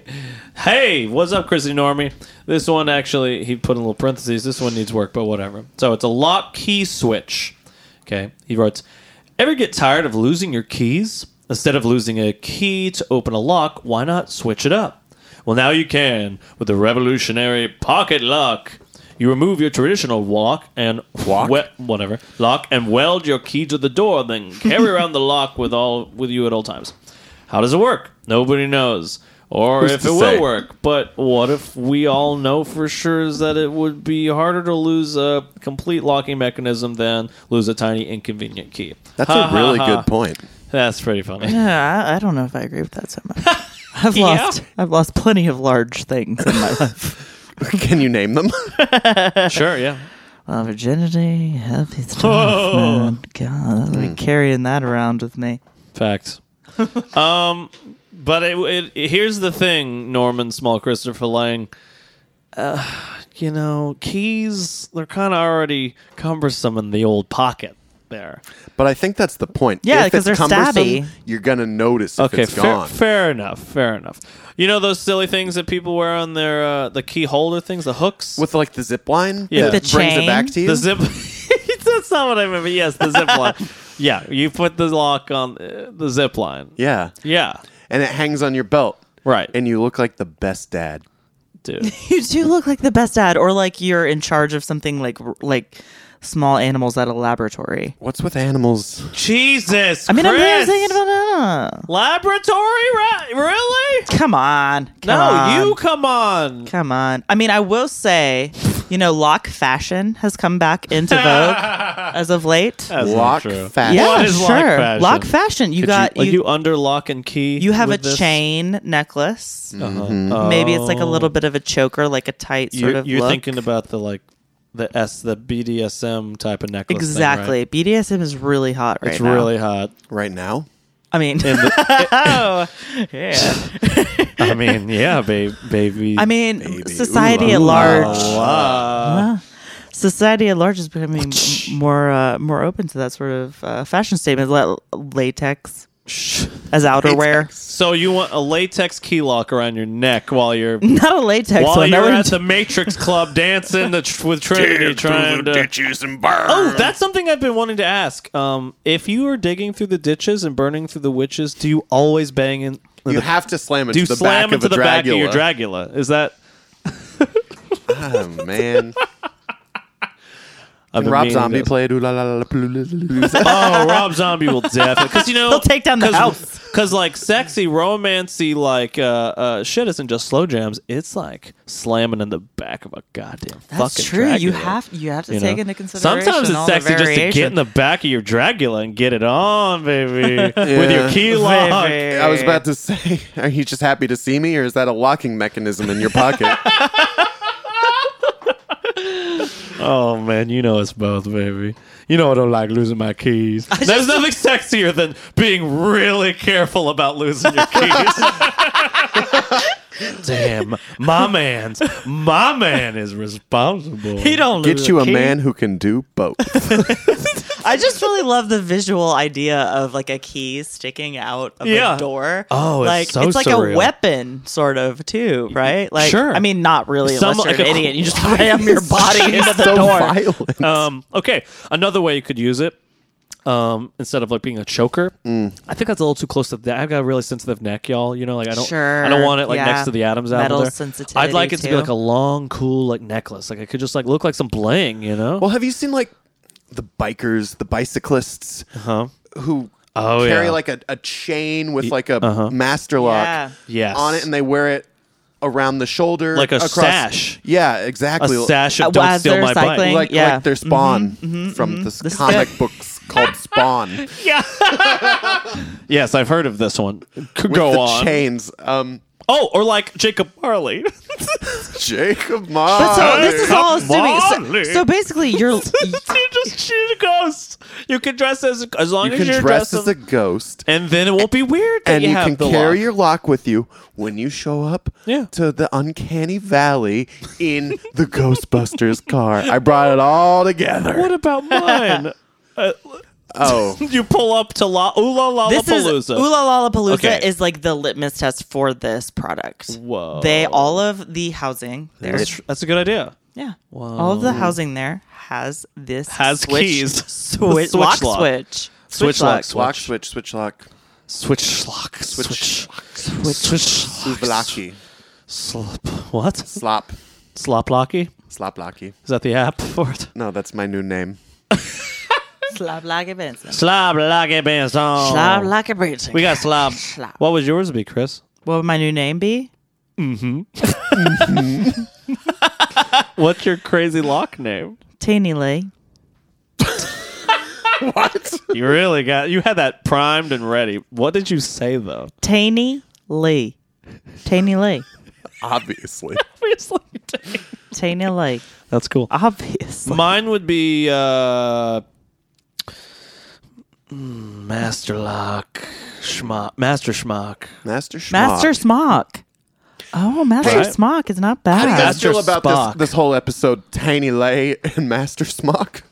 hey, what's up, Chrissy Normie? This one actually, he put in little parentheses. This one needs work, but whatever. So it's a lock key switch. Okay. He writes Ever get tired of losing your keys? Instead of losing a key to open a lock, why not switch it up? Well, now you can with the revolutionary pocket lock. You remove your traditional lock and
Walk?
we- whatever lock and weld your key to the door. Then carry around the lock with all with you at all times. How does it work? Nobody knows, or
Who's
if
to
it
say?
will work. But what if we all know for sure is that it would be harder to lose a complete locking mechanism than lose a tiny inconvenient key?
That's
Ha,
a
ha,
really
ha.
good point.
That's pretty funny.
Yeah, I, I don't know if I agree with that so much. I've
Yeah?
lost. I've lost plenty of large things in my life.
Can you name them?
sure, yeah.
Well, Uh, virginity, heavy stuff, man. God,
Mm-hmm.
I've been carrying that around with me.
Facts. um, but it, it, here's the thing, Norman Small Christopher Lang. Uh, you know, keys they're kind of already cumbersome in the old pocket there.
But I think that's the point.
Yeah,
If
'cause
it's
they're
cumbersome,
stabby.
You're gonna notice if it's
fair,
gone.
fair enough, fair enough. You know those silly things that people wear on their uh, the key holder things, the hooks
With like the zip line,
Yeah.
that
With
the
brings it
chain?
back to you.
the zip. That's not what I remember. Yes, the zip line. Yeah, you put the lock on uh, the zip line.
yeah,
Yeah,
and it hangs on your belt,
right.
and you look like the best dad.
dude.
You do look like the best dad, or like you're in charge of something like like small animals at a laboratory.
What's with animals?
Jesus.
I mean, I'm
Chris.
here thinking about uh,
laboratory. Re- really?
Come on, come
no,
on.
you come on.
Come on. I mean, I will say, you know, lock fashion has come back into vogue as of late.
Lock fashion.
yeah,
What is lock
sure.
fashion?
Lock fashion. You
You
got
you, like
Uh, you,
you, under lock and key.
you have a
with this?
chain necklace.
Uh-huh.
Maybe it's like a little bit of a choker, like a tight
You're,
sort of.
you're
look.
thinking about the like the S the BDSM type of necklace. thing, right?
exactly. BDSM is really hot right
It's
now.
really hot.
Right now,
I mean, Oh,
I mean, yeah, babe, baby.
I mean,
Baby.
society
Ooh la
at
la.
large.
Wow.
Society at large is becoming m- more uh, more open to that sort of uh, fashion statement, like latex as outerwear.
So you want a latex key lock around your neck while you're
Not a latex
while
one. That
you're
would-
at the Matrix Club dancing the, tr- with Trinity trying to Oh, that's something I've been wanting to ask. Um, if you are digging through the ditches and burning through the witches, do you always bang in?
you have to slam
do
into
you
the
slam
back
into
of a
the back of your
Dragula.
Dracula? Is that?
oh man,
I've
Can
been
Rob
meaning
Zombie
this.
played. Ooh, la, la, la, la, plu, lu, lu, lu.
Oh, Rob Zombie will definitely because you know
He'll take down the house.
Because like sexy, romancy, like uh, uh, shit isn't just slow jams. It's like slamming in the back of a goddamn
That's
fucking.
true. You
Dracula,
have you have to
you
take
know?
into consideration.
Sometimes it's
all the
sexy just to get in
variation.
the back of your Dracula and get it on, baby, with your
Yeah.
key lock.
Very-
I was about to say, are you just happy to see me, or is that a locking mechanism in your pocket?
Oh man, you know us both, baby. You know I don't like losing my keys. There's nothing sexier than being really careful about losing your keys. Damn, my man's my man is responsible.
He don't
Get
lose
you a
key.
man who can do both.
I just really love the visual idea of like a key sticking out of
Yeah.
a door.
Oh, it's
like
so
it's like
surreal.
a weapon, sort of too, right? Like,
Sure.
I mean, not really.
Some-
unless you're
like
an
a-
idiot, you just ram your body into the
so
door.
violent.
Um, okay, another way you could use it um, instead of like being a choker.
Mm.
I think that's a little too close to that. I've got a really sensitive neck, y'all. You know, like I don't, I don't
Sure,
want it like
yeah.
next to the Adam's apple.
Metal
there. I'd
sensitivity,
like it to be
too.
like a long, cool like necklace. Like it could just like look like some bling, you know?
Well, have you seen like the bikers, the bicyclists
huh?
who
Oh,
carry
yeah.
like a, a chain with like a master lock
Yeah.
Yes.
on it and they wear it around the shoulder
Like a
across-
sash.
Yeah,
a
exactly.
sash
Uh,
of don't
as
steal
they're
my
cycling.
bike.
Like,
Yeah.
like their spawn from this comic books called Spawn.
Yes, I've heard of this one. Could
with
go
the
on.
chains. Um,
Oh, or like Jacob Marley.
Jacob Ma.
But so this is all
Come on,
assuming.
Lee.
So, so basically, you're
you just shoot a ghost. You can dress as as long
you
as you're
can dress as
dressed
a ghost.
and then it won't be weird. That
and you,
have
can
the
carry
lock.
your lock with you when you show up
Yeah.
to the uncanny valley in the ghostbusters car i brought it all
What
together
about mine?
oh
you pull up to La Oola
this is
Lollapalooza.
Ula Lollapalooza
Okay.
is like the litmus test for this product.
Whoa.
They all of the housing there.
That's, that's a good idea.
Yeah. All of the housing there has this
Has
switch-
keys.
Switch,
Switch
lock,
lock.
switch.
Switch lock, switch.
lock switch switch lock
Switch schlock. Switch. Switch. Switch. schlock.
Uvlaki.
Slop. What?
slop
Slop locky?
slop locky
Is that the app for it?
no that's my new name
Slab lock advancement.
Slop locky band
Oh.
song.
Slab lock advancement.
We got slop.
Slop.
What would yours be, Chris?
What would my new name be?
What's your crazy lock name?
Teeny Lee.
You really got. You had that primed and ready. What did you say though?
Teeny Lee. Teeny Lee.
obviously
Obviously,
Teeny Lee.
that's cool.
Obviously.
Mine would be uh, mm, Master Lock, Schmock, Master Schmock.
master Schmock.
Master Smock. Oh, Master
Right.
Smock is not
how do you
bad.
guys
Master
feel about
Spock.
this, this whole episode tiny lay and master smock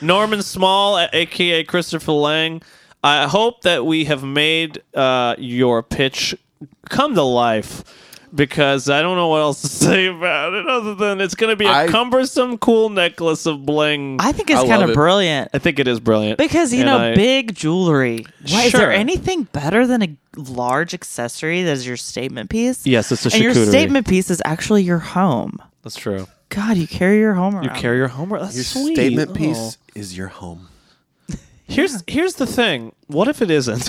Norman Small, a- aka Christopher Lang. I hope that we have made uh, your pitch come to life. Because I don't know what else to say about it other than it's going to be a
I-
cumbersome, cool necklace of bling. I,
I think it's
I
kind
love
of
it.
brilliant.
think it is brilliant
Because you
And
know,
I-
big jewelry. Why, Is
Sure.
there anything better than a large accessory that is your statement piece?
Yes, it's a
and your
charcuterie.
statement piece is actually your home.
That's true.
God, you carry your home around.
You carry your homework. That's
your
sweet.
statement
Oh.
piece is your home
Here's here's the thing. What if it isn't?